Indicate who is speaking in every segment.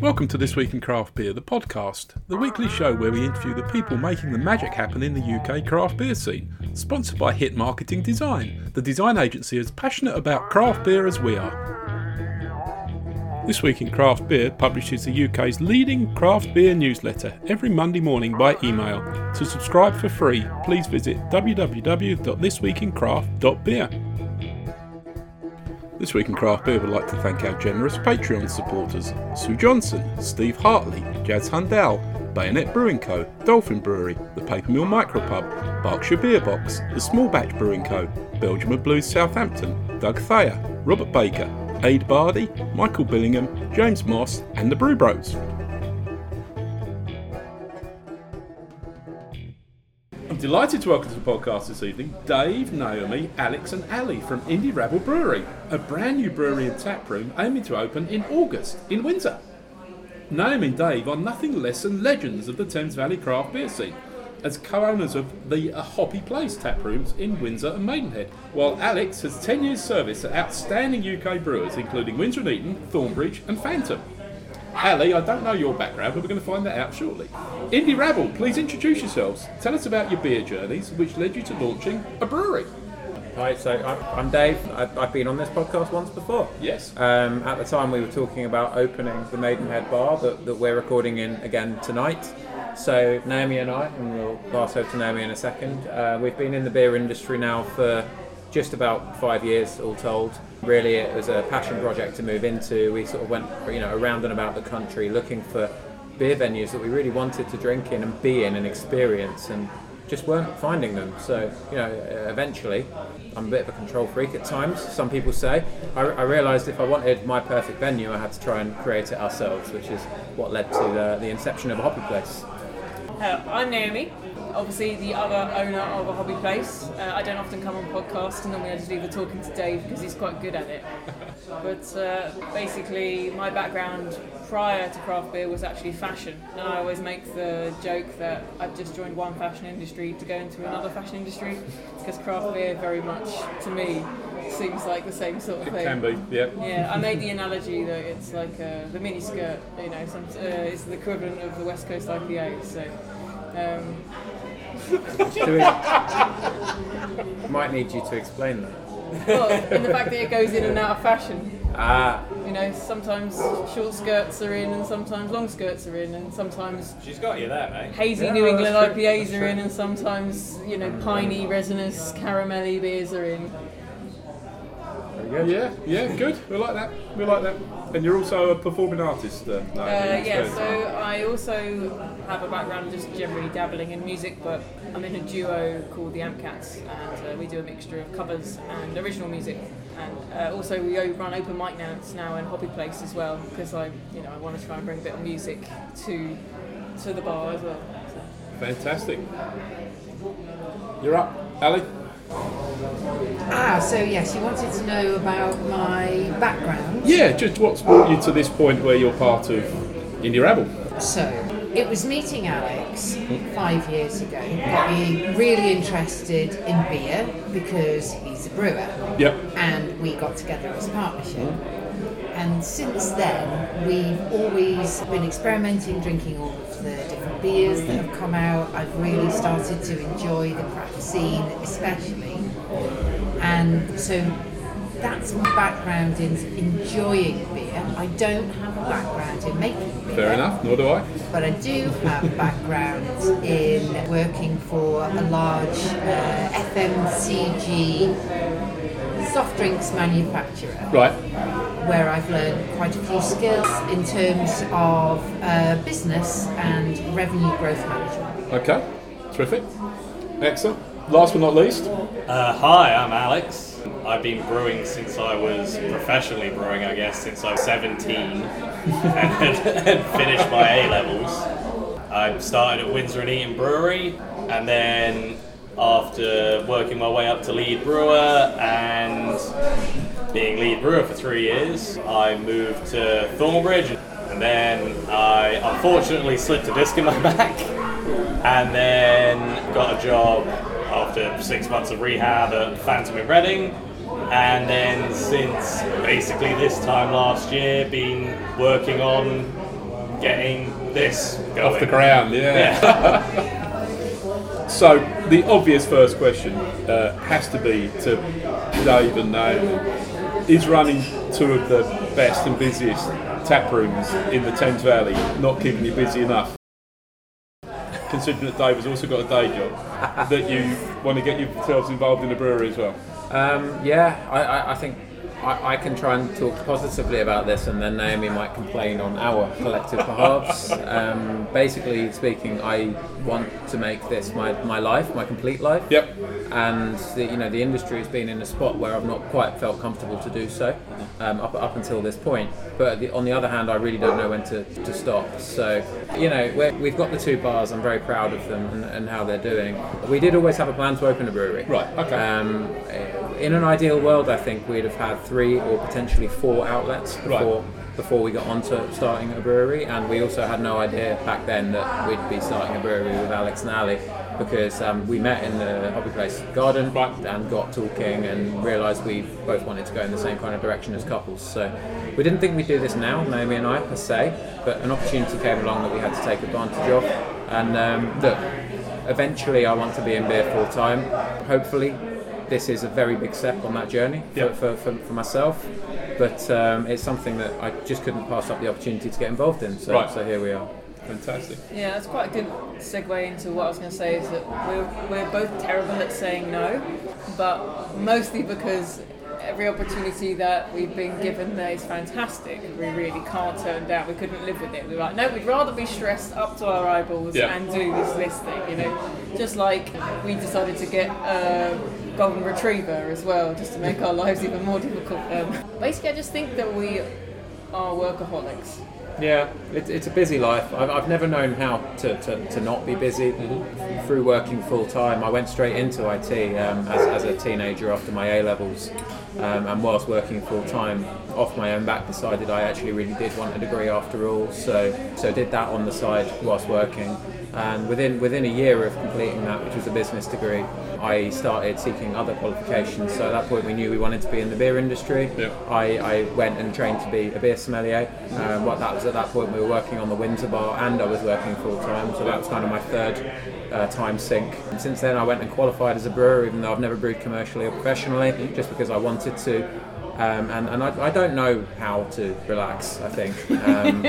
Speaker 1: Welcome to This Week in Craft Beer, the podcast, the weekly show where we interview the people making the magic happen in the UK craft beer scene. Sponsored by Hit Marketing Design, the design agency as passionate about craft beer as we are. This Week in Craft Beer publishes the UK's leading craft beer newsletter every Monday morning by email. To subscribe for free, please visit www.thisweekincraft.beer. This week in Craft Beer, we'd like to thank our generous Patreon supporters Sue Johnson, Steve Hartley, Jazz Hundell, Bayonet Brewing Co., Dolphin Brewery, The Paper Mill Micropub, Berkshire Beer Box, The Small Batch Brewing Co., Belgium of Blues Southampton, Doug Thayer, Robert Baker, Aid Bardi, Michael Billingham, James Moss, and the Brew Bros. I'm delighted to welcome to the podcast this evening Dave, Naomi, Alex, and Ali from Indie Rabble Brewery, a brand new brewery and tap room aiming to open in August in Windsor. Naomi and Dave are nothing less than legends of the Thames Valley craft beer scene, as co owners of the A Hoppy Place tap rooms in Windsor and Maidenhead, while Alex has 10 years' service at outstanding UK brewers including Windsor and Eaton, Thornbridge, and Phantom. Ali, I don't know your background, but we're going to find that out shortly. Indie Rabble, please introduce yourselves. Tell us about your beer journeys, which led you to launching a brewery.
Speaker 2: Right, so I'm, I'm Dave. I've, I've been on this podcast once before.
Speaker 1: Yes.
Speaker 2: Um, at the time, we were talking about opening the Maidenhead Bar that, that we're recording in again tonight. So Naomi and I, and we'll pass over to Naomi in a second. Uh, we've been in the beer industry now for just about five years, all told. Really, it was a passion project to move into. We sort of went, you know, around and about the country looking for beer venues that we really wanted to drink in and be in and experience, and just weren't finding them. So, you know, uh, eventually, I'm a bit of a control freak at times, some people say. I, I realised if I wanted my perfect venue, I had to try and create it ourselves, which is what led to the, the inception of a hobby place.
Speaker 3: Uh, I'm Naomi, obviously the other owner of a hobby place. Uh, I don't often come on podcasts, and normally I just leave the talking to Dave because he's quite good at it. But uh, basically, my background prior to craft beer was actually fashion, and I always make the joke that I've just joined one fashion industry to go into another fashion industry because craft beer very much to me seems like the same sort of
Speaker 1: It
Speaker 3: thing.
Speaker 1: can be, yep.
Speaker 3: Yeah, I made the analogy that it's like uh, the mini skirt, you know, some, uh, it's the equivalent of the West Coast IPA. So, um,
Speaker 2: Do we- Might need you to explain that.
Speaker 3: well, and the fact that it goes in and out of fashion,
Speaker 2: Ah,
Speaker 3: you know, sometimes short skirts are in, and sometimes long skirts are in, and sometimes
Speaker 4: She's got you there, mate.
Speaker 3: hazy
Speaker 2: Yeah,
Speaker 3: New
Speaker 2: that's
Speaker 3: England
Speaker 2: true,
Speaker 3: IPAs
Speaker 2: that's
Speaker 3: are in,
Speaker 2: true.
Speaker 3: and sometimes you know, piney, resinous, caramelly beers are in.
Speaker 2: very good.
Speaker 1: Yeah, yeah, good. We like that. We like that. And you're also a performing artist, uh, Naomi.
Speaker 3: Uh, yeah,
Speaker 1: so-
Speaker 3: so I also have a background just generally dabbling in music, but I'm in a duo called the Amp Cats, and uh, we do a mixture of covers and original music. And uh, also we o- run open mic nights now and Hobby Place as well, because I, you know, I want to try and bring a bit of music to to the bar as well. So.
Speaker 1: Fantastic. You're up, Ali.
Speaker 5: Ah, so yes, you wanted to know about my background.
Speaker 1: Yeah, just what's brought you to this point where you're part of Indie Rabble?
Speaker 5: So it was meeting Alex five years ago got me really interested in beer because he's a brewer.
Speaker 1: Yep.
Speaker 5: And we got together as a partnership. And since then, we've always been experimenting, drinking all of the different beers that have come out. I've really started to enjoy the craft scene, especially. and so that's my background in enjoying beer. I don't have a background in making beer,
Speaker 1: Fair enough, nor do I.
Speaker 5: but I do have a background in working for a large uh, FMCG soft drinks manufacturer
Speaker 1: Right.
Speaker 5: where I've learned quite a few skills in terms of uh, business and revenue growth management.
Speaker 1: Okay. Terrific. Excellent. Last but not least.
Speaker 4: Uh, hi, I'm Alex. I've been brewing since I was professionally brewing, I guess, since I was 17 and had finished my A levels. I started at Windsor and Eaton Brewery, and then after working my way up to lead brewer and being lead brewer for three years, I moved to Thornbridge, and then I unfortunately slipped a disc in my back. and then got a job after six months of rehab at Phantom in Reading. And then since basically this time last year, been working on getting this going.
Speaker 1: off the ground, yeah.
Speaker 4: Yeah.
Speaker 1: So the obvious first question uh, has to be to Dave and Naomi: Is running two of the best and busiest tap rooms in the Thames Valley not keeping you busy enough? Considering that Dave has also got a day job, that you want to get yourselves involved in a brewery as well.
Speaker 2: Um, yeah, I, I, I think I, I can try and talk positively about this, and then Naomi might complain on our collective behalves. um, basically speaking, I want to make this my, my life, my complete life.
Speaker 1: Yep.
Speaker 2: And the, you know the industry has been in a spot where I've not quite felt comfortable to do so um, up, up until this point. But the, on the other hand, I really don't know when to, to stop. So you know we're, we've got the two bars. I'm very proud of them and, and how they're doing. We did always have a plan to open a brewery.
Speaker 1: Right, okay.
Speaker 2: Um, in an ideal world, I think we'd have had three or potentially four outlets
Speaker 1: Right.
Speaker 2: before before we got on to starting a brewery. And we also had no idea back then that we'd be starting a brewery with Alex and Ali because um, we met in the Hobby Place garden
Speaker 1: Right.
Speaker 2: and got talking and realised we both wanted to go in the same kind of direction as couples. So we didn't think we'd do this now, Naomi and I per se, but an opportunity came along that we had to take advantage of. And um, look, eventually I want to be in beer full time. Hopefully, this is a very big step on that journey for,
Speaker 1: Yep.
Speaker 2: for, for, for myself. But um, it's something that I just couldn't pass up the opportunity to get involved in. So,
Speaker 1: Right.
Speaker 2: so here we are.
Speaker 1: Fantastic.
Speaker 3: Yeah, that's quite a good segue into what I was going to say is that we're, we're both terrible at saying no, but mostly because every opportunity that we've been given there is fantastic. We really can't turn down. We couldn't live with it. We were like, no, we'd rather be stressed up to our eyeballs
Speaker 1: Yeah.
Speaker 3: and do this list thing, you know. Just like we decided to get a golden retriever as well, just to make our lives even more difficult. Um, basically, I just think that we are workaholics.
Speaker 2: Yeah, it, it's a busy life. I've, I've never known how to, to, to not be busy through working full time. I went straight into IT um, as, as a teenager after my A levels, um, and whilst working full time off my own back, decided I actually really did want a degree after all. So so did that on the side whilst working, and within within a year of completing that, which was a business degree, I started seeking other qualifications. So at that point, we knew we wanted to be in the beer industry.
Speaker 1: Yeah.
Speaker 2: I, I went and trained to be a beer sommelier. Um, what that was at that point, we were working on the Windsor Bar and I was working full time, so that was kind of my third uh, time sink. And since then, I went and qualified as a brewer, even though I've never brewed commercially or professionally, just because I wanted to. Um, and and I, I don't know how to relax, I think. Um,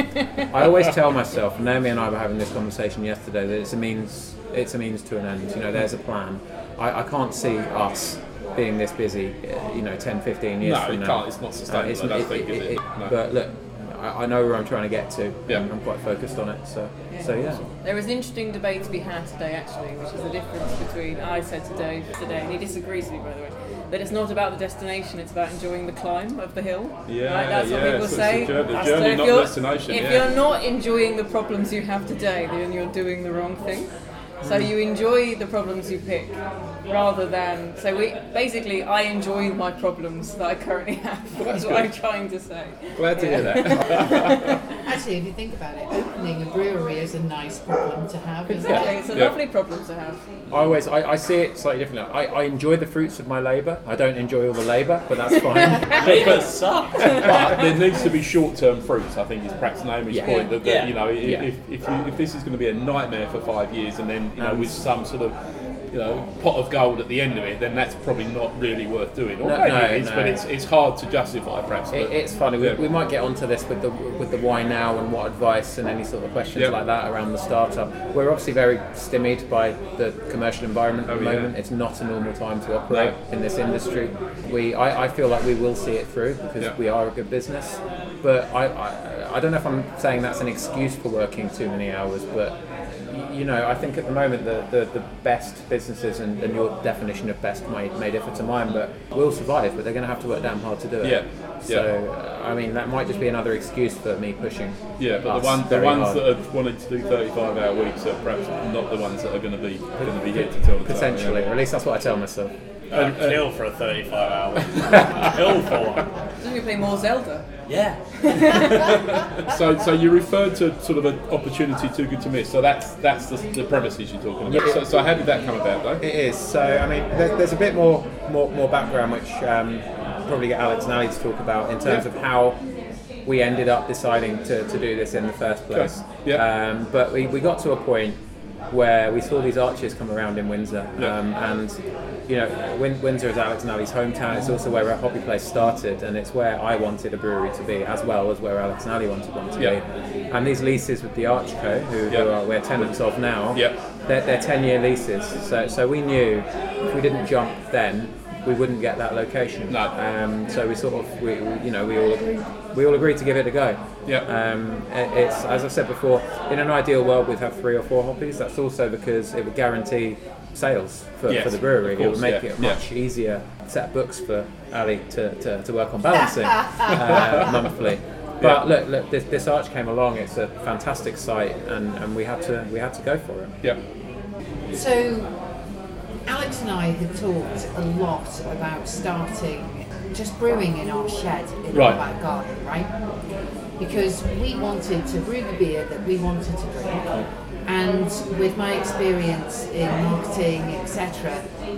Speaker 2: I always tell myself, Naomi and I were having this conversation yesterday, that it's a means, it's a means to an end. You know, there's a plan. I, I can't see us being this busy, uh, you know, 10, 15 years
Speaker 1: No,
Speaker 2: from
Speaker 1: it
Speaker 2: now. Uh,
Speaker 1: can't. It's not sustainable, I don't think, is it? No.
Speaker 2: But look, I, I know where I'm trying to get to.
Speaker 1: Yeah.
Speaker 2: I'm quite focused on it. So, so yeah.
Speaker 3: There was an interesting debate to be had today, actually, which is the difference between I said to Dave today, and he disagrees with me, by the way, that it's not about the destination; it's about enjoying the climb of the hill.
Speaker 1: Yeah,
Speaker 3: right? that's
Speaker 1: yeah,
Speaker 3: what people
Speaker 1: so it's the
Speaker 3: say.
Speaker 1: jour- the
Speaker 3: That's-
Speaker 1: journey,
Speaker 3: if
Speaker 1: not
Speaker 3: you're-
Speaker 1: destination,
Speaker 3: If
Speaker 1: yeah.
Speaker 3: you're not enjoying the problems you have today, then you're doing the wrong thing. So
Speaker 1: Mm.
Speaker 3: you enjoy the problems you pick, rather than so we basically I enjoy my problems that I currently have.
Speaker 1: that's
Speaker 3: that's what I'm
Speaker 1: good.
Speaker 3: trying to say.
Speaker 2: Glad to hear that.
Speaker 5: Actually, if you think about it, opening a brewery is a nice problem to have. Isn't
Speaker 3: Exactly,
Speaker 5: it?
Speaker 3: it's a
Speaker 1: Yeah.
Speaker 3: lovely problem to have.
Speaker 2: I always I, I see it slightly differently. I, I enjoy the fruits of my labour. I don't enjoy all the labour, but that's fine.
Speaker 4: Labour sucked.
Speaker 1: but there needs to be short-term fruits. I think is perhaps Naomi's
Speaker 2: Yeah.
Speaker 1: point that, that
Speaker 4: Yeah.
Speaker 1: you know i-
Speaker 2: Yeah.
Speaker 1: if if, you, if this is going to be a nightmare for five years and then you know
Speaker 2: And-
Speaker 1: with some sort of you know pot of gold at the end of it, then that's probably not really worth doing. Or
Speaker 2: No,
Speaker 1: maybe
Speaker 2: no,
Speaker 1: it is,
Speaker 2: no.
Speaker 1: but it's it's hard to justify perhaps.
Speaker 2: It,
Speaker 1: but-
Speaker 2: it's funny. We,
Speaker 1: Yeah.
Speaker 2: we might get onto this with the with the why now and what advice and any sort of questions
Speaker 1: Yeah.
Speaker 2: like that around the startup. We're obviously very stymied by the commercial environment at
Speaker 1: Oh,
Speaker 2: the
Speaker 1: yeah.
Speaker 2: moment. It's not a normal time to operate
Speaker 1: No.
Speaker 2: in this industry. We I, I feel like we will see it through because
Speaker 1: Yeah.
Speaker 2: we are a good business. But I, I I don't know if I'm saying that's an excuse for working too many hours, but. y- You know, I think at the moment the, the, the best businesses and, and your definition of best may, may differ to mine, but will survive. But they're going to have to work damn hard to do it.
Speaker 1: Yeah,
Speaker 2: So uh, I mean, that might just be another excuse for me pushing.
Speaker 1: yeah, but
Speaker 2: us
Speaker 1: the, one, the
Speaker 2: very
Speaker 1: ones
Speaker 2: hard.
Speaker 1: that are wanting to do 35-hour weeks are perhaps not the ones that are going to be going to be here to tell the tale,
Speaker 2: potentially,
Speaker 1: yeah.
Speaker 2: or at least that's what I tell myself.
Speaker 4: I'd
Speaker 1: uh,
Speaker 4: kill for a 35 hour. kill for one.
Speaker 3: Doesn't we play more Zelda?
Speaker 4: Yeah.
Speaker 1: So, so you referred to sort of an opportunity too good to miss. So that's that's the, the premises you're talking about.
Speaker 2: Yeah.
Speaker 1: So, so how did that come about, though?
Speaker 2: It is. So I mean, there, there's a bit more more, more background which um, probably get Alex and Ali to talk about in terms
Speaker 1: Yeah.
Speaker 2: of how we ended up deciding to, to do this in the first place.
Speaker 1: Okay. Yeah.
Speaker 2: Um, but we, we got to a point where we saw these arches come around in Windsor.
Speaker 1: Yeah.
Speaker 2: Um, and, you know, Win- Windsor is Alex and Ali's hometown. It's also where our hobby place started, and it's where I wanted a brewery to be, as well as where Alex and Ali wanted one to
Speaker 1: Yeah.
Speaker 2: be. And these leases with the Archco, who,
Speaker 1: Yeah.
Speaker 2: who are, we're tenants of now,
Speaker 1: Yeah.
Speaker 2: they're, they're 10 year leases. So, so we knew if we didn't jump then, we wouldn't get that location.
Speaker 1: No.
Speaker 2: Um, so we sort of, we, we- you know, we all we all agreed to give it a go.
Speaker 1: Yeah.
Speaker 2: Um, it- it's as I said before, in an ideal world we'd have three or four hoppies. That's also because it would guarantee sales for,
Speaker 1: Yes,
Speaker 2: for the brewery.
Speaker 1: of
Speaker 2: it
Speaker 1: course,
Speaker 2: would make
Speaker 1: yeah,
Speaker 2: it
Speaker 1: yeah.
Speaker 2: much easier set of books for Ali to, to, to work on balancing uh, monthly. But look, look, this, this arch came along. It's a fantastic site, and, and we had to we had to go for it.
Speaker 1: Yeah.
Speaker 5: So, Alex and I had talked a lot about starting just brewing in our shed in
Speaker 1: Right.
Speaker 5: our back garden, right? Because we wanted to brew the beer that we wanted to drink. And with my experience in marketing, etc.,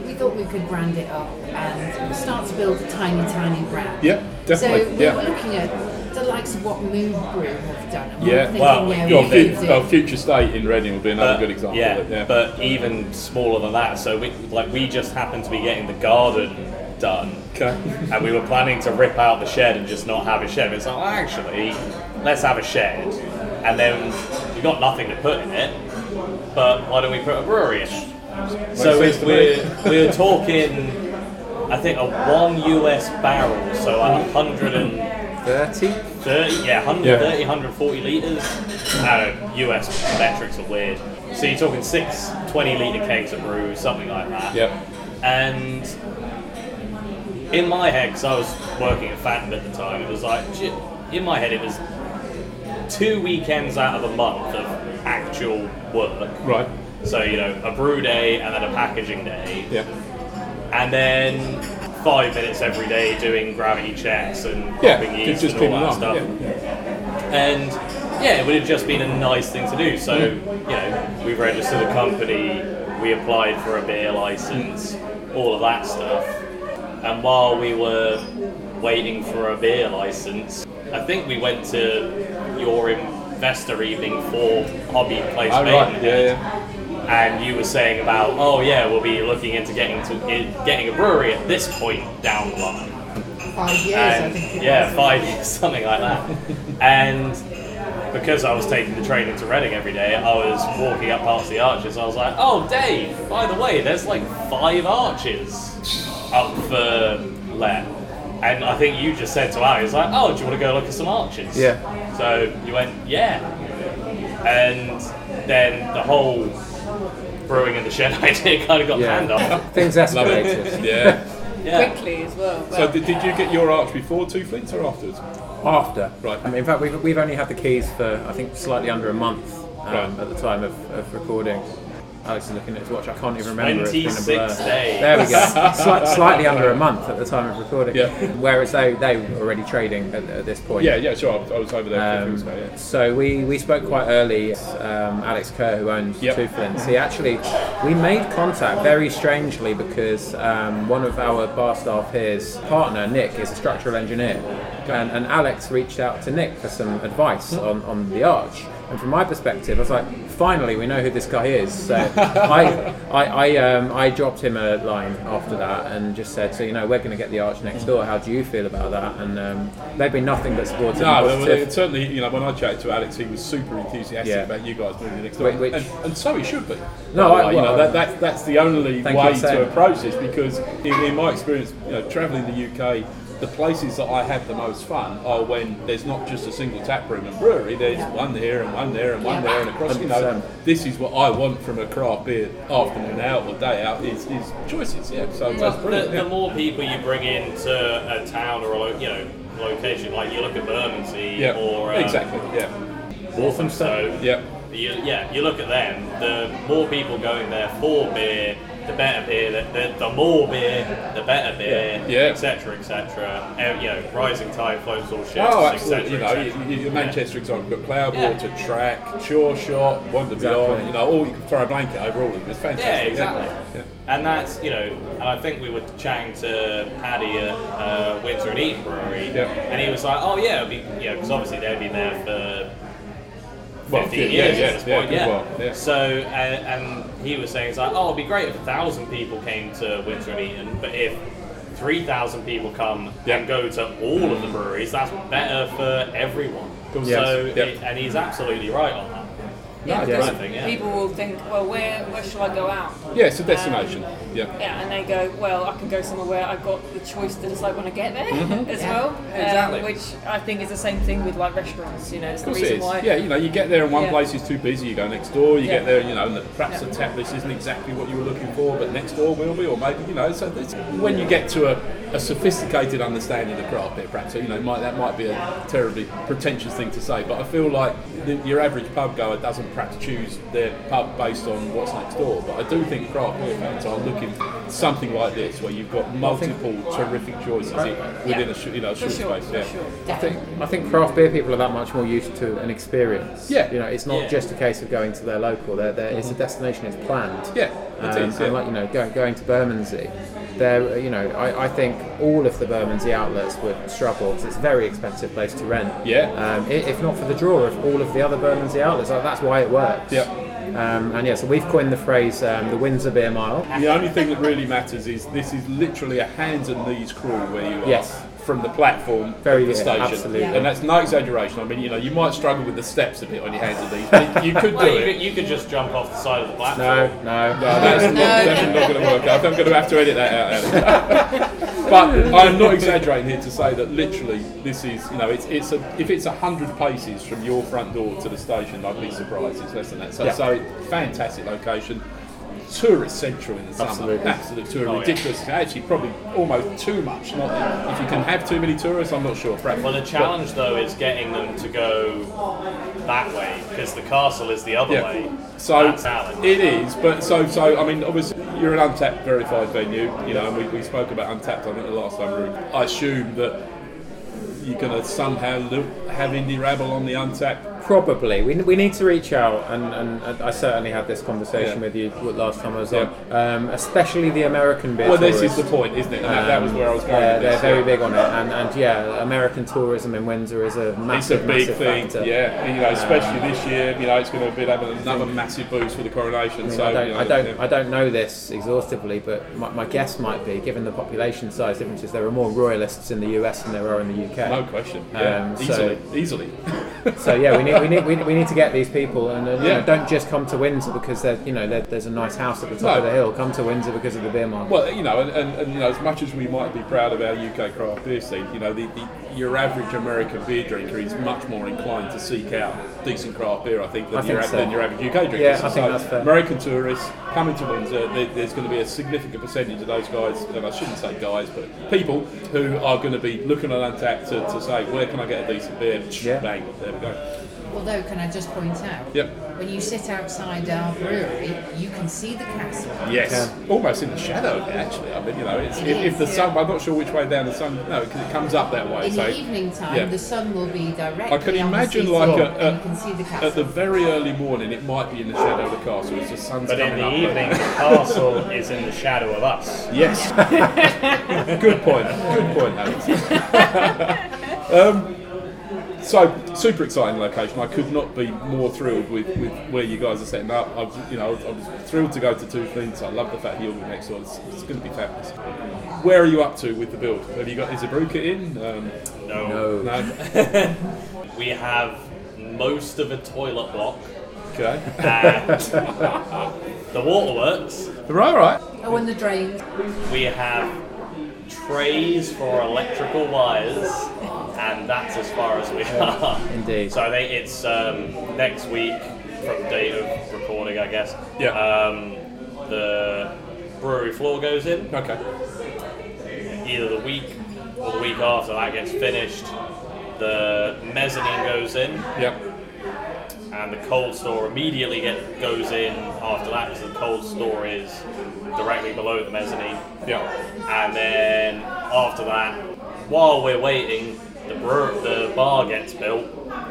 Speaker 5: we thought we could brand it up and start to build a tiny, tiny brand.
Speaker 1: Yeah,
Speaker 5: So
Speaker 1: definitely,
Speaker 5: we
Speaker 1: yeah.
Speaker 5: were looking at the likes of what Mood Brew have done. And we were
Speaker 1: Yeah,
Speaker 5: thinking,
Speaker 4: well,
Speaker 5: yeah,
Speaker 1: Your
Speaker 5: we
Speaker 1: fu-
Speaker 5: could do-
Speaker 1: well, future state in Reading would be another good example.
Speaker 4: Yeah,
Speaker 1: of it, yeah.
Speaker 4: but even smaller than that. So we like we just happened to be getting the garden done,
Speaker 1: Okay.
Speaker 4: and we were planning to rip out the shed and just not have a shed. But It's like well, actually, let's have a shed, and then we got nothing to put in it. But why don't we put a brewery in it? So
Speaker 1: sense to
Speaker 4: we,
Speaker 1: me.
Speaker 4: we're we're talking, I think a one US barrel, so like a hundred and.
Speaker 2: Thirty.
Speaker 4: 30, yeah, 130,
Speaker 1: Yeah.
Speaker 4: 140 litres. I don't know, US Uh, metrics are weird. So you're talking six 20 litre kegs of brew, something like that.
Speaker 1: Yep.
Speaker 4: And in my head, because I was working at Phantom at the time, it was like, gee, in my head, it was two weekends out of a month of actual work.
Speaker 1: Right.
Speaker 4: So, you know, a brew day and then a packaging day
Speaker 1: Yeah.
Speaker 4: and then five minutes every day doing gravity checks and
Speaker 1: Yeah.
Speaker 4: popping
Speaker 1: ju-
Speaker 4: yeast
Speaker 1: just
Speaker 4: and
Speaker 1: keep
Speaker 4: all that
Speaker 1: it on.
Speaker 4: stuff.
Speaker 1: Yeah.
Speaker 4: And yeah, it would have just been a nice thing to do. So you know, we registered a company, we applied for a beer license, all of that stuff. And while we were waiting for a beer license, I think we went to your investor evening for hobby place.
Speaker 1: Oh, right. Yeah,
Speaker 4: Maidenhead
Speaker 1: yeah.
Speaker 4: and you were saying about, oh yeah, we'll be looking into getting to i- getting a brewery at this point down the line.
Speaker 5: five years, I
Speaker 4: And
Speaker 5: think. it
Speaker 4: yeah,
Speaker 5: was.
Speaker 4: five years, something like that. and because I was taking the train into Reading every day, I was walking up past the arches. I was like, oh Dave, by the way, there's like five arches up for let. And I think you just said to Ali, it's like, oh, do you want to go look at some arches?
Speaker 2: Yeah.
Speaker 4: So you went, yeah. And then the whole brewing in the shed idea kind of got
Speaker 2: Yeah.
Speaker 4: hand off.
Speaker 2: Things escalated.
Speaker 1: Yeah.
Speaker 4: Yeah.
Speaker 3: Quickly as well. well
Speaker 1: So did, did you get your arch before Two Fleets or afterwards?
Speaker 2: After.
Speaker 1: Right.
Speaker 2: I mean, in fact, we've, we've only had the keys for, I think, slightly under a month um,
Speaker 1: Right.
Speaker 2: at the time of, of recording. Alex is looking at his watch. I can't even remember. It's been a
Speaker 4: 26
Speaker 2: blur.
Speaker 4: days.
Speaker 2: There we go. Sli- slightly under a month at the time of recording.
Speaker 1: Yeah.
Speaker 2: Whereas they, they were already trading at, at this point.
Speaker 1: Yeah, yeah, sure. I was, I was over there. for a few weeks ago,
Speaker 2: Um, So we, we spoke quite early. Um, Alex Kerr, who owns
Speaker 1: Yep.
Speaker 2: Two Flints, he actually we made contact very strangely because um, one of our bar staff here's partner Nick is a structural engineer, and, and Alex reached out to Nick for some advice
Speaker 1: Hmm.
Speaker 2: on, on the arch. And from my perspective, I was like, finally, we know who this guy is. So I, I, I, um, I dropped him a line after that and just said, so you know, we're going to get the arch
Speaker 1: Hmm.
Speaker 2: next door. How do you feel about that? And um, they've been nothing but supportive. and
Speaker 1: No, well,
Speaker 2: positive.
Speaker 1: it- certainly, you know, when I chatted to Alex, he was super enthusiastic
Speaker 2: Yeah.
Speaker 1: about you guys moving next door,
Speaker 2: Wait, which-
Speaker 1: and, and so he should be.
Speaker 2: No, I-
Speaker 1: Like, you know,
Speaker 2: well,
Speaker 1: that, that, that's the only
Speaker 2: Thank
Speaker 1: way
Speaker 2: you, same.
Speaker 1: to approach this because, in, in my experience, you know, traveling the UK, the places that I have the most fun are when there's not just a single tap room and brewery. There's one there and one there and one there and across. You know,
Speaker 2: 100%.
Speaker 1: this is what I want from a craft beer afternoon out or day out is, is choices. Yeah, so that's
Speaker 4: the,
Speaker 1: brilliant.
Speaker 4: the more people you bring into a town or a lo- you know location, like you look at Bermondsey
Speaker 1: yeah,
Speaker 4: or
Speaker 1: yeah.
Speaker 4: um,
Speaker 1: exactly. Yeah,
Speaker 4: Walthamstow,
Speaker 1: yeah.
Speaker 4: you, yeah, you look at them. The more people going there for beer the better beer, the, the, the more beer, the better beer,
Speaker 1: Yeah. Yeah.
Speaker 4: etc., etc. And, You know, rising tide floats all ships,
Speaker 1: Oh,
Speaker 4: etc.
Speaker 1: absolutely. You know,
Speaker 4: etc.
Speaker 1: you, you,
Speaker 4: Yeah.
Speaker 1: your Manchester example, you've got Cloudwater,
Speaker 4: Yeah.
Speaker 1: Track, Chore Shot, Wonder
Speaker 2: Exactly.
Speaker 1: Beyond, you know, all you can throw a blanket over all of them. It's fantastic.
Speaker 4: Yeah, exactly.
Speaker 1: Yeah.
Speaker 4: And that's, you know, and I think we were chatting to Paddy at uh, Windsor and Eaton Brewery,
Speaker 1: Yep.
Speaker 4: and he was like, oh, yeah, it'd be, you because obviously they've been there for 15
Speaker 1: Well, yeah,
Speaker 4: years
Speaker 1: yeah,
Speaker 4: at
Speaker 1: yeah,
Speaker 4: this
Speaker 1: yeah,
Speaker 4: point,
Speaker 1: good
Speaker 4: yeah.
Speaker 1: well, yeah.
Speaker 4: So, and, and he was saying, it's like, oh, it'd be great if a thousand people came to Windsor and Eaton, but if 3,000 people come
Speaker 1: Yeah.
Speaker 4: and go to all of the breweries, that's better for everyone.
Speaker 1: Cool.
Speaker 4: So,
Speaker 1: Yes. Yep.
Speaker 4: it- and he's absolutely right on that.
Speaker 3: Yeah,
Speaker 1: Right,
Speaker 3: because
Speaker 4: right thing, yeah.
Speaker 3: people will think, well, where where shall I go out?
Speaker 1: Yeah, it's a destination. yeah.
Speaker 3: Yeah, and they go, well, I can go somewhere where I've got the choice to decide when I get there
Speaker 1: Mm-hmm.
Speaker 3: as
Speaker 5: Yeah.
Speaker 3: well.
Speaker 4: Exactly.
Speaker 3: Um, which I think is the same thing with like restaurants. You know, it's
Speaker 1: Of
Speaker 3: the
Speaker 1: course
Speaker 3: reason
Speaker 1: it is.
Speaker 3: why.
Speaker 1: Yeah, you know, you get there and one
Speaker 3: Yeah.
Speaker 1: place is too busy, you go next door, you
Speaker 3: Yeah.
Speaker 1: get there, you know, and the, perhaps
Speaker 3: Yeah.
Speaker 1: the tap list isn't exactly what you were looking for, but next door will be, or maybe, you know, so it's, when you get to a, a sophisticated understanding of craft beer, perhaps, you know, might, that might be a terribly pretentious thing to say, but I feel like the, your average pub goer doesn't perhaps choose their pub based on what's next door, but I do think craft beer fans are looking for something like this, where you've got multiple terrific choices in, within a, sh- you know, a
Speaker 3: For
Speaker 1: short
Speaker 3: sure,
Speaker 1: space.
Speaker 3: for
Speaker 1: Yeah.
Speaker 2: I
Speaker 3: sure.
Speaker 2: think, I think craft beer people are that much more used to an experience.
Speaker 1: Yeah. Mm-hmm.
Speaker 2: You know, it's not
Speaker 4: Yeah.
Speaker 2: just a case of going to their local. They're, they're, It's a destination, it's planned.
Speaker 1: Yeah, it
Speaker 2: um,
Speaker 1: is, yeah.
Speaker 2: And like, you know, going, going to Bermondsey, there, you know, I, I think all of the Bermondsey outlets would struggle because it's a very expensive place to rent.
Speaker 1: Yeah.
Speaker 2: Um, i- if not for the draw of all of the other Bermondsey outlets, like, that's why it works.
Speaker 1: Yeah.
Speaker 2: Um, and yeah, so we've coined the phrase um, the Windsor Beer Mile.
Speaker 1: The only thing that really matters is this is literally a hands and knees crawl where you are
Speaker 2: Yes.
Speaker 1: from the platform
Speaker 2: Very
Speaker 1: to the
Speaker 2: good,
Speaker 1: station,
Speaker 2: absolutely.
Speaker 1: and that's no exaggeration. I mean, you know, you might struggle with the steps a bit on your hands and knees, but you could do
Speaker 4: Well, you
Speaker 1: it.
Speaker 4: could, you could just jump off the side of the platform.
Speaker 2: No, no,
Speaker 1: No, that's not, definitely not going to work out. I'm going to have to edit that out. Alex. but I'm not exaggerating here to say that literally this is, you know, it's, it's a, if it's a hundred paces from your front door to the station, I'd be surprised. It's less than that. So,
Speaker 2: Yeah.
Speaker 1: so fantastic location. Tourist central in the summer,
Speaker 2: Absolutely.
Speaker 1: absolute tourist,
Speaker 4: Oh, yeah.
Speaker 1: ridiculous. Actually, probably almost too much. Not if you can have too many tourists, I'm not sure. Frank.
Speaker 4: Well, the challenge though is getting them to go that way because the castle is the other way.
Speaker 1: So
Speaker 4: That's Alan.
Speaker 1: it is, but so so I mean, obviously you're an untapped verified venue, you know, and we, we spoke about untapped. I think the last time we were- I assume that you're going to somehow look, have indie rabble on the untapped.
Speaker 2: Probably. We, we need to reach out, and, and I certainly had this conversation
Speaker 1: Yeah.
Speaker 2: with you last time I was
Speaker 1: Yeah.
Speaker 2: on, um, especially the American beer
Speaker 1: Well, this is
Speaker 2: tourists.
Speaker 1: the point, isn't it? And that, that was where I was going.
Speaker 2: They're,
Speaker 1: with this,
Speaker 2: Um, they're very
Speaker 1: yeah.
Speaker 2: big on it, and, and yeah, American tourism in Windsor is a
Speaker 1: It's a
Speaker 2: massive,
Speaker 1: big
Speaker 2: massive
Speaker 1: thing,
Speaker 2: factor. Um,
Speaker 1: yeah. You know, especially this year, you know, it's going to be having another massive boost for the coronation.
Speaker 2: I mean,
Speaker 1: so
Speaker 2: I don't,
Speaker 1: you know,
Speaker 2: I don't,
Speaker 1: yeah.
Speaker 2: I don't know this exhaustively, but my, my guess might be, given the population size differences, there are more royalists in the US than there are in the UK.
Speaker 1: no question. Yeah,
Speaker 2: Um, so-
Speaker 1: easily, easily.
Speaker 2: So yeah, we need, we need, we, we need to get these people, and uh, you
Speaker 1: Yeah.
Speaker 2: know, don't just come to Windsor because they're- you know there- there's a nice house at the top
Speaker 1: No.
Speaker 2: of the hill. Come to Windsor because of the beer mile.
Speaker 1: Well, you know, and, and, and you know, as much as we might be proud of our UK craft beer scene, you know, the, the, your average American beer drinker is much more inclined to seek out decent craft beer, I think, than,
Speaker 2: I
Speaker 1: your,
Speaker 2: think so.
Speaker 1: than your average UK drinker.
Speaker 2: Yeah, I think that's fair.
Speaker 1: American tourists coming to Windsor, there, there's going to be a significant percentage of those guys, and I shouldn't say guys, but people who are going to be looking on Untapped to, to say, where can I get a decent beer?
Speaker 2: Yeah.
Speaker 1: Bang, there we go.
Speaker 5: Although, can I just point out,
Speaker 1: Yep.
Speaker 5: when you sit outside our brewery, you can see the castle.
Speaker 1: Yes, almost in the shadow of it, actually. I mean, you know, it's, if, if the
Speaker 5: Yeah.
Speaker 1: sun, I'm not sure which way down the sun, no, because it comes up that way.
Speaker 5: In
Speaker 1: so,
Speaker 5: the evening time,
Speaker 1: yeah.
Speaker 5: the sun will be directly.
Speaker 1: I can
Speaker 5: on the
Speaker 1: imagine
Speaker 5: city
Speaker 1: like
Speaker 5: wall,
Speaker 1: a,
Speaker 5: and you can see the
Speaker 1: at the
Speaker 5: castle.
Speaker 1: very early morning, it might be in the shadow of the castle as the sun's
Speaker 4: but in
Speaker 1: coming
Speaker 4: the
Speaker 1: up.
Speaker 4: evening, the castle is in the shadow of us.
Speaker 1: Yes. Good point. Good point, Alex. um, so super exciting location. I could not be more thrilled with, with where you guys are setting up. I was, you know, I was thrilled to go to Two Things. I love the fact that you're next door. It's, it's going to be fabulous. Where are you up to with the build? Have you got is the brew kit in? Um,
Speaker 2: No.
Speaker 4: No.
Speaker 1: no.
Speaker 4: We have most of a toilet block
Speaker 1: Okay.
Speaker 4: and the waterworks.
Speaker 1: Right. Right.
Speaker 5: Oh, and the drains.
Speaker 4: We have trays for electrical wires, and that's as far as we are.
Speaker 2: Indeed.
Speaker 4: So I think it's um, next week from date of recording, I guess.
Speaker 1: Yeah.
Speaker 4: Um, the brewery floor goes in
Speaker 1: Okay.
Speaker 4: either the week or the week after that gets finished. The mezzanine goes in,
Speaker 1: Yep.
Speaker 4: and and the cold store immediately get, goes in after that because the cold store is directly below the mezzanine.
Speaker 1: Yeah.
Speaker 4: And then after that, while we're waiting, the brew, the bar gets built.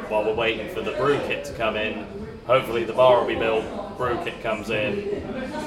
Speaker 4: While we're waiting for the brew kit to come in, hopefully the bar will be built. Brew kit comes in,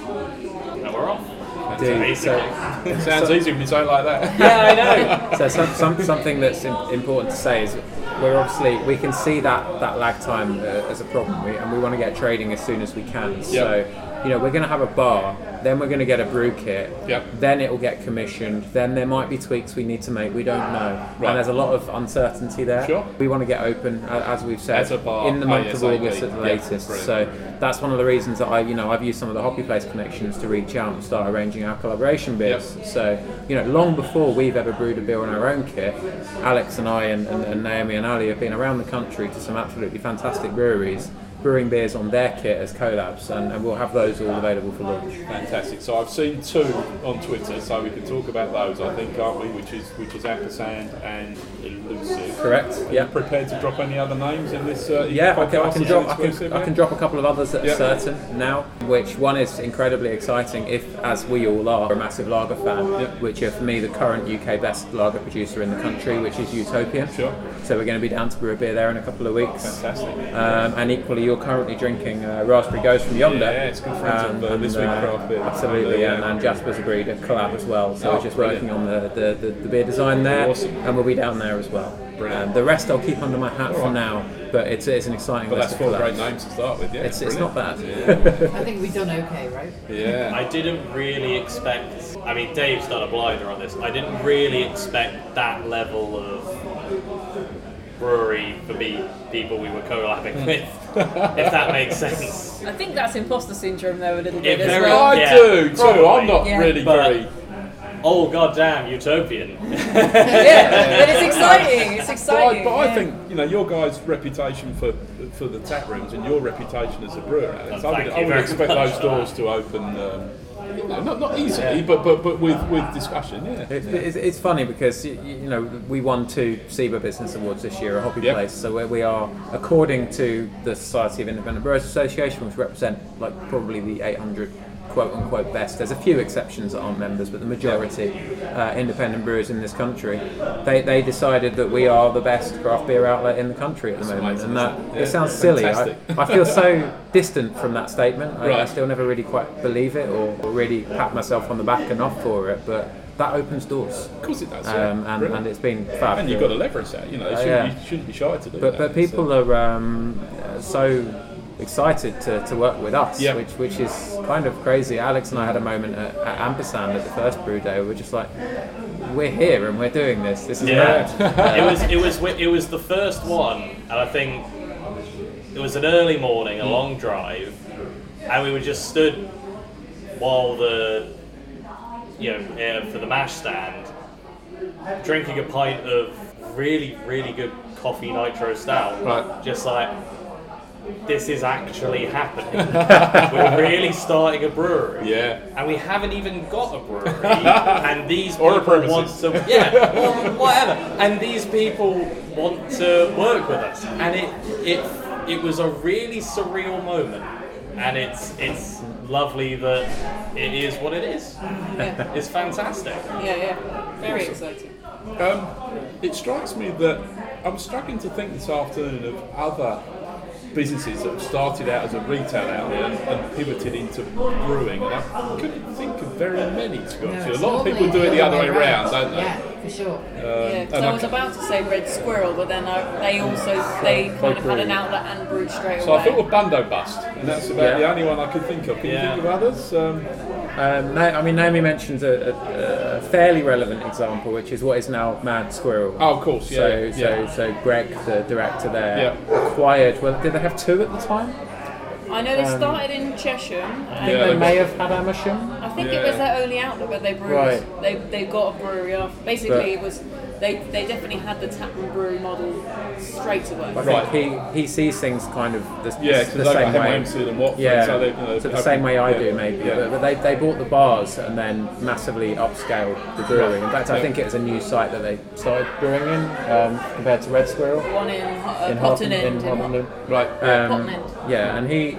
Speaker 4: and we're off. That's
Speaker 2: Dude,
Speaker 4: basically.
Speaker 2: so-
Speaker 1: It sounds easy when you say it like that.
Speaker 3: Yeah, I know.
Speaker 2: So some, some, something that's im important to say is we're obviously we can see that that lag time uh, as a problem, we, and we want to get trading as soon as we can. So you know we're going to have a bar, then we're going to get a brew kit,
Speaker 1: Yep.
Speaker 2: then it will get commissioned, then there might be tweaks we need to make. We don't know,
Speaker 1: Right.
Speaker 2: and there's a lot of uncertainty there.
Speaker 1: Sure.
Speaker 2: We want to get open, a- as we've said,
Speaker 1: As a bar, Oh,
Speaker 2: in the month of
Speaker 1: ASAP.
Speaker 2: August at the
Speaker 1: Yeah,
Speaker 2: latest.
Speaker 1: brilliant.
Speaker 2: so that's one of the reasons that I, you know, I've used some of the Hoppy Place connections to reach out and start arranging our collaboration beers.
Speaker 1: Yep.
Speaker 2: So, you know, long before we've ever brewed a beer on our own kit, Alex and I and, and, and Naomi and Ali have been around the country to some absolutely fantastic breweries, brewing beers on their kit as collabs, and, and we'll have those all available for launch.
Speaker 1: Fantastic. So I've seen two on Twitter, so we can talk about those. I think, aren't we? Which is which is Ampersand and Elusive.
Speaker 2: Correct,
Speaker 1: Are you
Speaker 2: yeah.
Speaker 1: prepared to drop any other names in this? Uh,
Speaker 2: Yeah, I can, I
Speaker 1: podcast
Speaker 2: can
Speaker 1: as
Speaker 2: drop.
Speaker 1: an
Speaker 2: I can,
Speaker 1: exclusive,
Speaker 2: I
Speaker 1: yeah?
Speaker 2: can drop a couple of others that are
Speaker 1: Yeah.
Speaker 2: certain now. Which one is incredibly exciting? If, as we all are, a massive lager fan, which are for me the current UK best lager producer in the country, which is Utopian.
Speaker 1: Sure.
Speaker 2: So we're going to be down to brew a beer there in a couple of weeks.
Speaker 1: Fantastic.
Speaker 2: Um, and equally, you're currently drinking uh, Raspberry Goes from Yonder. Um,
Speaker 1: Yeah, it's good friends of, uh, This Week Craft Beer.
Speaker 2: Absolutely,
Speaker 1: Yeah.
Speaker 2: and, and Jasper's agreed a collab as well. So
Speaker 1: Oh,
Speaker 2: we're just
Speaker 1: brilliant.
Speaker 2: working on the, the, the, the beer design there,
Speaker 1: Awesome.
Speaker 2: and we'll be down there as well.
Speaker 1: Brilliant.
Speaker 2: Um, the rest I'll keep under my hat for
Speaker 1: right.
Speaker 2: now, but it's, it's an exciting
Speaker 1: But
Speaker 2: list
Speaker 1: that's
Speaker 2: of
Speaker 1: four great
Speaker 2: collabs.
Speaker 1: names to start with. Yeah,
Speaker 2: It's, it's not
Speaker 1: brilliant.
Speaker 2: bad.
Speaker 5: I think we've done okay, right?
Speaker 1: Yeah.
Speaker 4: I didn't really expect. I mean, Dave's done a blinder on this. I didn't really expect that level of brewery for me, people we were collabing with, if that makes sense.
Speaker 3: I think that's imposter syndrome though a little bit
Speaker 4: It
Speaker 3: as
Speaker 4: very-
Speaker 3: well.
Speaker 1: I
Speaker 4: Yeah,
Speaker 1: do too. I'm
Speaker 4: probably.
Speaker 1: not
Speaker 3: Yeah.
Speaker 1: really
Speaker 4: But-
Speaker 1: very.
Speaker 4: Oh goddamn, utopian!
Speaker 3: yeah, but it's exciting. It's
Speaker 1: But I,
Speaker 3: exciting.
Speaker 1: but I
Speaker 3: yeah.
Speaker 1: think you know your guy's reputation for for the tap rooms and your reputation as a brewer, Alex.
Speaker 4: Well,
Speaker 1: I would,
Speaker 4: thank
Speaker 1: I
Speaker 4: you
Speaker 1: would
Speaker 4: very
Speaker 1: expect
Speaker 4: much
Speaker 1: those
Speaker 4: for that.
Speaker 1: doors to open. Um, you know, not not easily, but but but with with discussion. Yeah.
Speaker 2: It, it's, it's funny because you, you know we won two SIBA Business Awards this year at Hobby
Speaker 1: Yep.
Speaker 2: Place, so where we are, according to the Society of Independent Brewers Association, which represent like probably the 800 quote unquote best. There's a few exceptions that aren't members, but the majority uh, independent brewers in this country, they, they decided that we are the best craft beer outlet in the country at the moment,
Speaker 1: amazing,
Speaker 2: and that
Speaker 1: isn't it? Yeah,
Speaker 2: it sounds silly. I,
Speaker 1: fantastic.
Speaker 2: I feel so distant from that statement. I, I
Speaker 1: Right.
Speaker 2: still never really quite believe it or, or really pat myself on the back enough for it, but that opens doors.
Speaker 1: Of course it does. yeah.
Speaker 2: Um, and,
Speaker 1: Brilliant.
Speaker 2: and it's been fab.
Speaker 1: And you've got to leverage that. You know, you shouldn't,
Speaker 2: yeah.
Speaker 1: you shouldn't be shy to do
Speaker 2: but,
Speaker 1: that.
Speaker 2: but people are um, uh, so excited to, to work with us,
Speaker 1: Yeah.
Speaker 2: which, which is kind of crazy. Alex and I had a moment at, at Ampersand at the first brew day. We were just like, we're here and we're doing this. This is mad.
Speaker 4: Yeah, it was it was wi- it was the first one, and I think it was an early morning, a long drive, and we were just stood while the you know uh, for the mash stand, drinking a pint of really really good coffee nitro stout,
Speaker 1: Right.
Speaker 4: just like. This is actually happening. We're really starting a brewery
Speaker 1: Yeah.
Speaker 4: and we haven't even got a brewery, and these
Speaker 1: Or a
Speaker 4: people want
Speaker 1: premises.
Speaker 4: to, yeah, or whatever, and these people want to work with us, and it it it was a really surreal moment, and it's it's lovely that it is what it is.
Speaker 3: yeah,
Speaker 4: It's fantastic.
Speaker 3: yeah, yeah. Very exciting.
Speaker 1: Um, it strikes me that I'm struggling to think this afternoon of other businesses that have started out as a retail outlet and, and pivoted into brewing, and I couldn't think of very many. To be honest, with
Speaker 5: it's
Speaker 1: you. a lot of
Speaker 5: normally
Speaker 1: people do it the other way round,
Speaker 5: round,
Speaker 1: don't they? Um, Uh,
Speaker 5: Yeah, for sure.
Speaker 3: Yeah, 'cause
Speaker 1: and
Speaker 3: I
Speaker 1: I
Speaker 3: was
Speaker 1: ca-
Speaker 3: about to say red squirrel, but then I, they also they kind of had an
Speaker 2: brewery.
Speaker 3: outlet and brewed straight
Speaker 1: So I thought
Speaker 3: away.
Speaker 1: of Bundo Bust, and that's about
Speaker 2: Yeah.
Speaker 1: the only one I could think of. Can
Speaker 4: Yeah.
Speaker 1: you think of others? Um,
Speaker 2: Um, Na- I mean, Naomi mentions a, a, a fairly relevant example, which is what is now Mad Squirrel.
Speaker 1: Oh, of course, yeah,
Speaker 2: So,
Speaker 1: yeah, yeah.
Speaker 2: so, so Greg, the director there,
Speaker 1: Yeah.
Speaker 2: acquired. Well, did they have two at the time?
Speaker 3: I know they started in Cheshire, and
Speaker 1: Yeah,
Speaker 2: Um, they
Speaker 1: they
Speaker 2: may have had Amersham.
Speaker 3: I think
Speaker 1: Yeah.
Speaker 3: it was their only outlet, but they brewed.
Speaker 2: Right.
Speaker 3: They they got a brewery off. Basically,
Speaker 2: But-
Speaker 3: it was they, they definitely had the tap and brew model straight away.
Speaker 2: I
Speaker 1: Right.
Speaker 2: think he, he sees things kind of the,
Speaker 1: Yeah,
Speaker 2: the
Speaker 1: because I
Speaker 2: same
Speaker 1: came
Speaker 2: way.
Speaker 1: home to them Watford,
Speaker 2: Yeah,
Speaker 1: so they, you know,
Speaker 2: so the
Speaker 1: I-
Speaker 2: same way I
Speaker 1: yeah,
Speaker 2: do maybe.
Speaker 1: yeah.
Speaker 2: But, but they, they bought the bars and then massively upscaled the brewery. In fact, I
Speaker 1: Yeah.
Speaker 2: think it was a new site that they started brewing in um, compared to Red Squirrel
Speaker 3: One in, uh,
Speaker 2: in
Speaker 3: Cotton
Speaker 2: Harpenden-
Speaker 3: End.
Speaker 2: in Harpenden.
Speaker 1: Right.
Speaker 2: Um,
Speaker 3: Continent.
Speaker 2: yeah, and he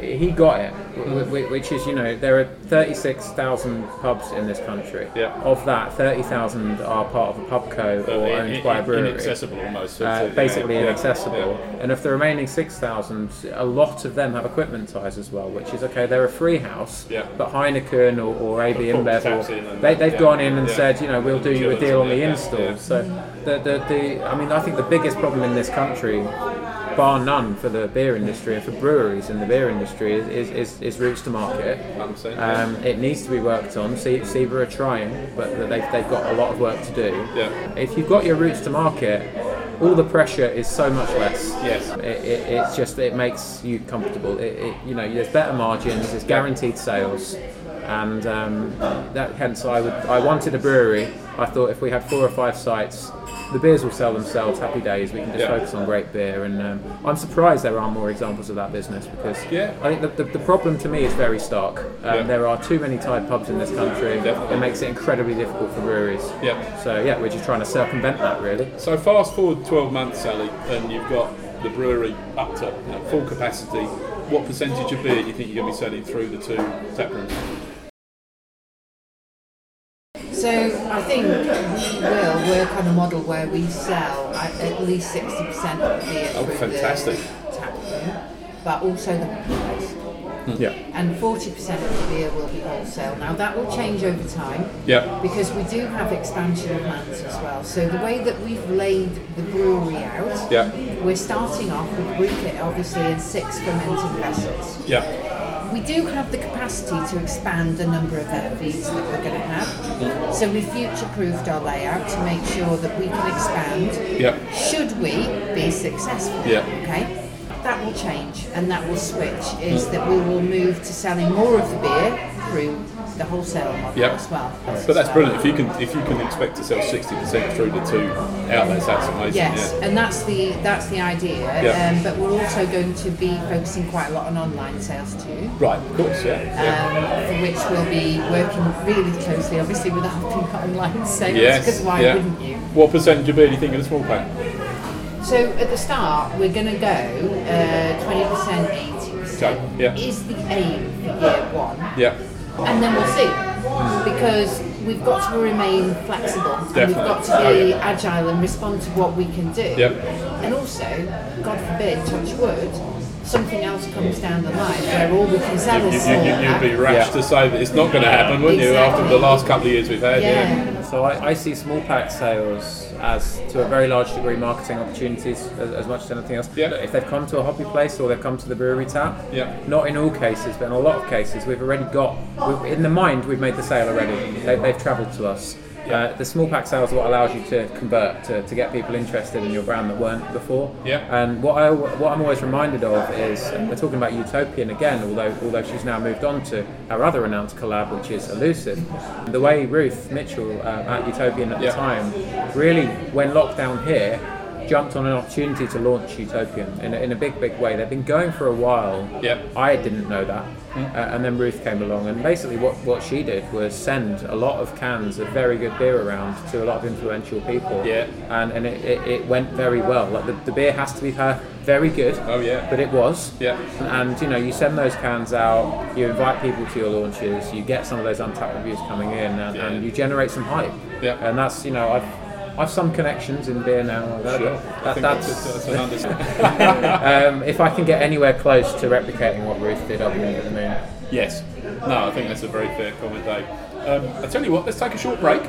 Speaker 2: he got it, wh- wh- which is you know there are thirty six thousand pubs in this country.
Speaker 1: Yeah.
Speaker 2: Of that, thirty thousand are part of a pub co
Speaker 1: So
Speaker 2: or
Speaker 1: in-
Speaker 2: owned
Speaker 1: in-
Speaker 2: by a brewery.
Speaker 1: Inaccessible almost. so-
Speaker 2: Uh,
Speaker 1: so, yeah,
Speaker 2: basically
Speaker 1: yeah,
Speaker 2: inaccessible,
Speaker 1: yeah.
Speaker 2: and of the remaining six thousand, a lot of them have equipment ties as well, which is okay. They're a free house,
Speaker 1: Yeah.
Speaker 2: but Heineken or, or AB
Speaker 1: Put the
Speaker 2: InBev,
Speaker 1: taps in
Speaker 2: or,
Speaker 1: and-
Speaker 2: they, they've
Speaker 1: yeah,
Speaker 2: gone in and
Speaker 1: yeah.
Speaker 2: said, you know, we'll do you a
Speaker 1: Insurance
Speaker 2: deal
Speaker 1: on
Speaker 2: on
Speaker 1: it,
Speaker 2: the
Speaker 1: yeah,
Speaker 2: install.
Speaker 1: yeah.
Speaker 2: So the, the, the I mean I think the biggest problem in this country, bar none, for the beer industry and for breweries in the beer industry is is, is, is routes to market.
Speaker 1: 100%, yeah.
Speaker 2: Um, it needs to be worked on. Se- Seba are trying, but th- they've, they've got a lot of work to do.
Speaker 1: Yeah.
Speaker 2: If you've got your routes to market, all the pressure is so much less.
Speaker 1: Yes.
Speaker 2: It, it, it's just it makes you comfortable. It, it, you know, there's better margins, there's guaranteed sales, and um, that hence I would I wanted a brewery. I thought if we had four or five sites, the beers will sell themselves. Happy days. We can just
Speaker 1: Yeah.
Speaker 2: focus on great beer, and um, I'm surprised there are more examples of that business because
Speaker 1: Yeah.
Speaker 2: I think the, the, the problem to me is very stark. Um,
Speaker 1: Yeah.
Speaker 2: There are too many Thai pubs in this country.
Speaker 1: Definitely.
Speaker 2: It makes it incredibly difficult for breweries.
Speaker 1: Yeah.
Speaker 2: So yeah, we're just trying to circumvent that really.
Speaker 1: So fast forward 12 months, Sally, and you've got the brewery up to you know, full capacity. What percentage of beer do you think you're going to be selling through the two tap rooms?
Speaker 5: So I think we will work on a model where we sell at, at least 60% of the beer
Speaker 1: Oh,
Speaker 5: through
Speaker 1: fantastic.
Speaker 5: the tap room, but also the pubs.
Speaker 2: Yeah.
Speaker 5: And 40% of the beer will be wholesale. Now that will change over time.
Speaker 1: Yeah.
Speaker 5: Because we do have expansion plans as well. So the way that we've laid the brewery out,
Speaker 1: Yeah.
Speaker 5: we're starting off with brew kit obviously in six fermenting vessels.
Speaker 1: Yeah.
Speaker 5: We do have the capacity to expand the number of FVs that we're going to have. So we future proofed our layout to make sure that we can expand
Speaker 1: Yeah.
Speaker 5: should we be successful.
Speaker 1: Yeah.
Speaker 5: Okay? That will change and that will switch is that we will move to selling more of the beer through the wholesale model
Speaker 1: Yeah.
Speaker 5: as well.
Speaker 1: But that's brilliant. If you can if you can expect to sell 60% through the two outlets, that's amazing.
Speaker 5: Yes,
Speaker 1: Yeah.
Speaker 5: and that's the that's the idea.
Speaker 1: Yeah.
Speaker 5: Um, but we're also going to be focusing quite a lot on online sales too.
Speaker 1: Right, of course, yeah. yeah.
Speaker 5: um, for which we'll be working really closely, obviously, with our big online sales.
Speaker 1: yes.
Speaker 5: Because why
Speaker 1: yeah.
Speaker 5: wouldn't you?
Speaker 1: What percentage of beer do you think in a small pack?
Speaker 5: So at the start, we're going to go uh, 20%, 80%.
Speaker 1: Okay, yeah.
Speaker 5: Is the aim for year one.
Speaker 1: Yeah.
Speaker 5: And then we'll see. Because we've got to remain flexible and
Speaker 1: Definitely.
Speaker 5: we've got to
Speaker 1: Oh,
Speaker 5: be
Speaker 1: yeah.
Speaker 5: agile and respond to what we can do.
Speaker 1: Yep.
Speaker 5: And also, God forbid, touch wood, something else comes down the line where all we can sell
Speaker 1: You,
Speaker 5: is small
Speaker 1: would
Speaker 5: pack.
Speaker 1: be rash
Speaker 2: Yeah.
Speaker 1: to say that it's not going to happen, wouldn't you, after
Speaker 5: Exactly.
Speaker 1: the last couple of years we've had?
Speaker 5: yeah.
Speaker 2: So I, I see small pack sales as to a very large degree marketing opportunities as, as much as anything else.
Speaker 1: Yeah.
Speaker 2: If they've come to a hobby place or they've come to the brewery tap,
Speaker 1: Yeah.
Speaker 2: not in all cases, but in a lot of cases, we've already got we've, in the mind we've made the sale already. They, they've travelled to us. Uh, the small pack sales are what allows you to convert to, to get people interested in your brand that weren't before.
Speaker 1: Yeah.
Speaker 2: And what I what I'm always reminded of is and we're talking about Utopian again, although although she's now moved on to our other announced collab, which is Elusive. The way Ruth Mitchell um, at Utopian at
Speaker 1: Yeah.
Speaker 2: the time really, when lockdown here, jumped on an opportunity to launch Utopian in a, in a big big way. They've been going for a while.
Speaker 1: Yeah. Hmm.
Speaker 2: I didn't know that. Uh, and then Ruth came along, and basically, what, what she did was send a lot of cans of very good beer around to a lot of influential people.
Speaker 1: Yeah.
Speaker 2: And, and it, it, it went very well. Like the, the beer has to be her very good.
Speaker 1: Oh, yeah.
Speaker 2: But it was.
Speaker 1: Yeah.
Speaker 2: And you know, you send those cans out, you invite people to your launches, you get some of those untapped reviews coming in, and,
Speaker 1: Yeah.
Speaker 2: and you generate some hype.
Speaker 1: Yeah.
Speaker 2: And that's, you know, I've, I've some connections in beer now.
Speaker 1: Sure. I
Speaker 2: That-
Speaker 1: think
Speaker 2: that's,
Speaker 1: that's, that's an understatement.
Speaker 2: um, if I can get anywhere close to replicating what Ruth did, I'll be over the moon.
Speaker 1: Yes. No, I think that's a very fair comment, Dave. Um, I tell you what, let's take a short break.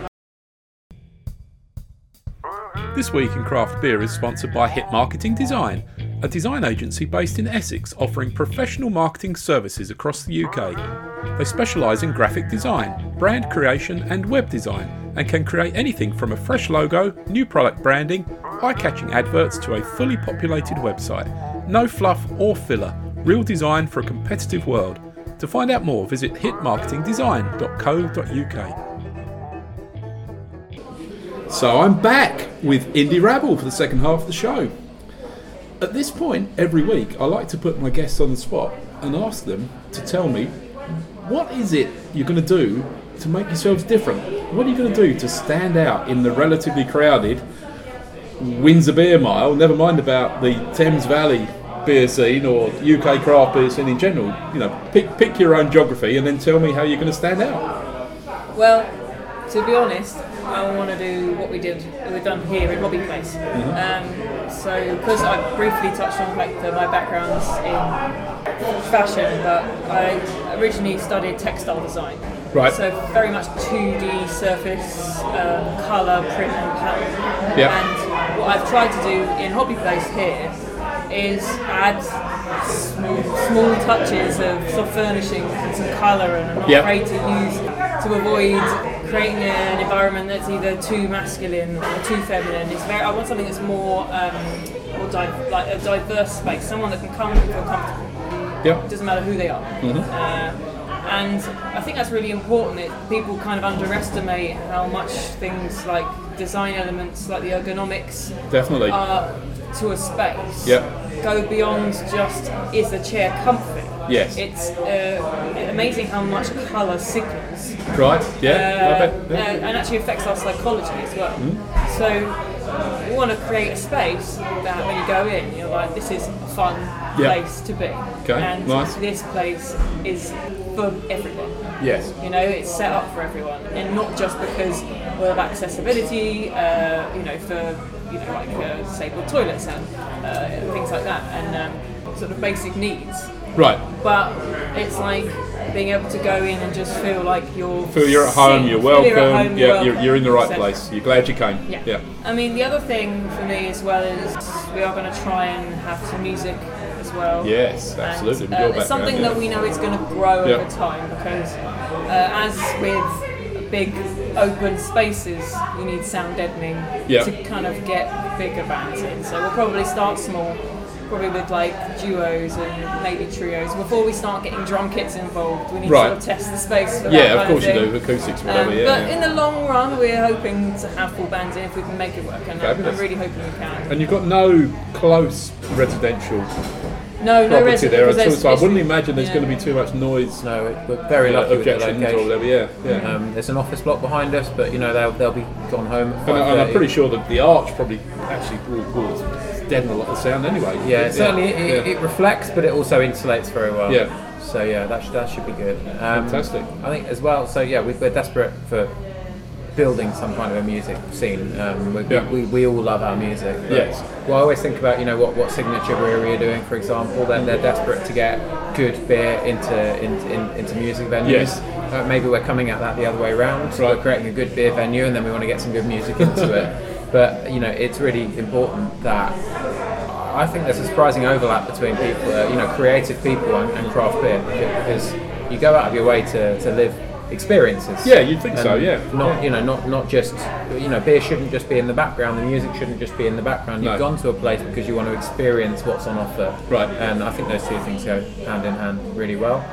Speaker 1: This Week in Craft Beer is sponsored by Hit Marketing Design, a design agency based in Essex offering professional marketing services across the UK. They specialise in graphic design, brand creation, and web design, and can create anything from a fresh logo, new product branding, eye catching adverts to a fully populated website. No fluff or filler, real design for a competitive world. To find out more, visit hitmarketingdesign.co.uk. So I'm back with Indie Rabble for the second half of the show. At this point, every week, I like to put my guests on the spot and ask them to tell me what is it you're going to do to make yourselves different? What are you going to do to stand out in the relatively crowded Windsor Beer Mile, never mind about the Thames Valley beer scene or UK craft beer scene in general? You know, pick, pick your own geography and then tell me how you're going to stand out.
Speaker 3: Well, to be honest, I want to do what we did, we've done here in Hobby Place.
Speaker 1: Mm-hmm.
Speaker 3: Um, so, because I briefly touched on like the, my backgrounds in fashion, but I originally studied textile design.
Speaker 1: Right.
Speaker 3: So very much 2D surface, um, color, print, and pattern.
Speaker 1: Yep.
Speaker 3: And what I've tried to do in Hobby Place here is add small, small touches of soft furnishings and some color and I'm not
Speaker 1: Yep.
Speaker 3: afraid to use to avoid creating an environment that's either too masculine or too feminine. It's very. I want something that's more um, more di- like a diverse space. Someone that can come and feel comfortable. It
Speaker 1: Yep.
Speaker 3: doesn't matter who they are. Uh, and I think that's really important that people kind of underestimate how much things like design elements, like the ergonomics,
Speaker 1: Definitely.
Speaker 3: are to a space.
Speaker 1: Yep.
Speaker 3: Go beyond just is the chair comfy.
Speaker 1: Yes.
Speaker 3: It's uh, amazing how much colour signals
Speaker 1: Right? Yeah. I
Speaker 3: uh,
Speaker 1: bet.
Speaker 3: uh,
Speaker 1: Yeah. Hmm.
Speaker 3: and actually affects our psychology as well. So we want to create a space that when you go in, you're like, this is a fun
Speaker 1: Yeah.
Speaker 3: place to be.
Speaker 1: Okay,
Speaker 3: and
Speaker 1: nice.
Speaker 3: this place is for everyone.
Speaker 1: Yes.
Speaker 3: You know, it's set up for everyone, and not just because we're of accessibility. Uh, you know, for you know, like uh, disabled toilets and uh, things like that, and um, sort of basic needs
Speaker 1: Right.
Speaker 3: but it's like being able to go in and just feel like you're
Speaker 1: Feel you're at
Speaker 3: safe.
Speaker 1: home, you're
Speaker 3: Feel
Speaker 1: welcome,
Speaker 3: you're at home,
Speaker 1: yeah, you're,
Speaker 3: welcome,
Speaker 1: you're in the right
Speaker 3: etc.
Speaker 1: place. You're glad you came.
Speaker 3: Yeah. I mean, the other thing for me as well is we are going to try and have some music as well.
Speaker 1: Yes,
Speaker 3: And,
Speaker 1: absolutely, with
Speaker 3: uh,
Speaker 1: your
Speaker 3: it's
Speaker 1: background,
Speaker 3: something
Speaker 1: yeah.
Speaker 3: that we know is going to grow
Speaker 1: Yeah.
Speaker 3: over time because, uh, as with big open spaces, you need sound deadening
Speaker 1: Yeah.
Speaker 3: to kind of get bigger bands in. So we'll probably start small. Probably with like duos and maybe trios. Before we start getting drum kits involved, we need
Speaker 1: Right.
Speaker 3: to sort of test the space for that.
Speaker 1: Yeah, of
Speaker 3: kind
Speaker 1: course you
Speaker 3: thing.
Speaker 1: do. Acoustics, whatever.
Speaker 3: Um,
Speaker 1: yeah,
Speaker 3: but
Speaker 1: yeah.
Speaker 3: in the long run, we're hoping to have full bands in if we can make it work, and I'm-
Speaker 1: Fabulous.
Speaker 3: I'm really hoping we can.
Speaker 1: and you've got no close residential
Speaker 3: no, no
Speaker 1: property
Speaker 3: resident,
Speaker 1: there at all,
Speaker 3: because
Speaker 1: so I
Speaker 3: there's-
Speaker 1: wouldn't imagine there's
Speaker 3: yeah.
Speaker 1: going to be too much noise,
Speaker 2: No, it- we're very
Speaker 1: uh,
Speaker 2: lucky with the
Speaker 1: objections or
Speaker 2: location.
Speaker 1: whatever. Yeah, yeah.
Speaker 2: Um, there's an office block behind us, but you know they'll, they'll be gone home. At
Speaker 1: and, I, and I'm
Speaker 2: 5:30.
Speaker 1: pretty sure that the arch probably actually will, will deaden a lot of sound anyway.
Speaker 2: Yeah, certainly It,
Speaker 1: yeah.
Speaker 2: it reflects, but it also insulates very well.
Speaker 1: Yeah.
Speaker 2: So yeah, that should, that should be good. Um,
Speaker 1: Fantastic.
Speaker 2: I think as well. So yeah, we, we're desperate for building some kind of a music scene. Um, we,
Speaker 1: Yeah.
Speaker 2: we, we all love our music. but-
Speaker 1: Yes.
Speaker 2: Well, I always think about you know what, what signature brewery are doing, for example. Then they're desperate to get good beer into in, in, into music venues.
Speaker 1: Yes.
Speaker 2: Uh, maybe we're coming at that the other way around. So
Speaker 1: Right.
Speaker 2: We're creating a good beer venue, and then we want to get some good music into it. But you know, it's really important that I think there's a surprising overlap between people, uh, you know, creative people and, and craft beer because you go out of your way to, to live experiences.
Speaker 1: Yeah, you'd think
Speaker 2: And
Speaker 1: so, yeah.
Speaker 2: Not
Speaker 1: Yeah.
Speaker 2: you know, not not just you know, beer shouldn't just be in the background. The music shouldn't just be in the background. You've
Speaker 1: No.
Speaker 2: gone to a place because you want to experience what's on offer.
Speaker 1: Right.
Speaker 2: And I think those two things go hand in hand really well.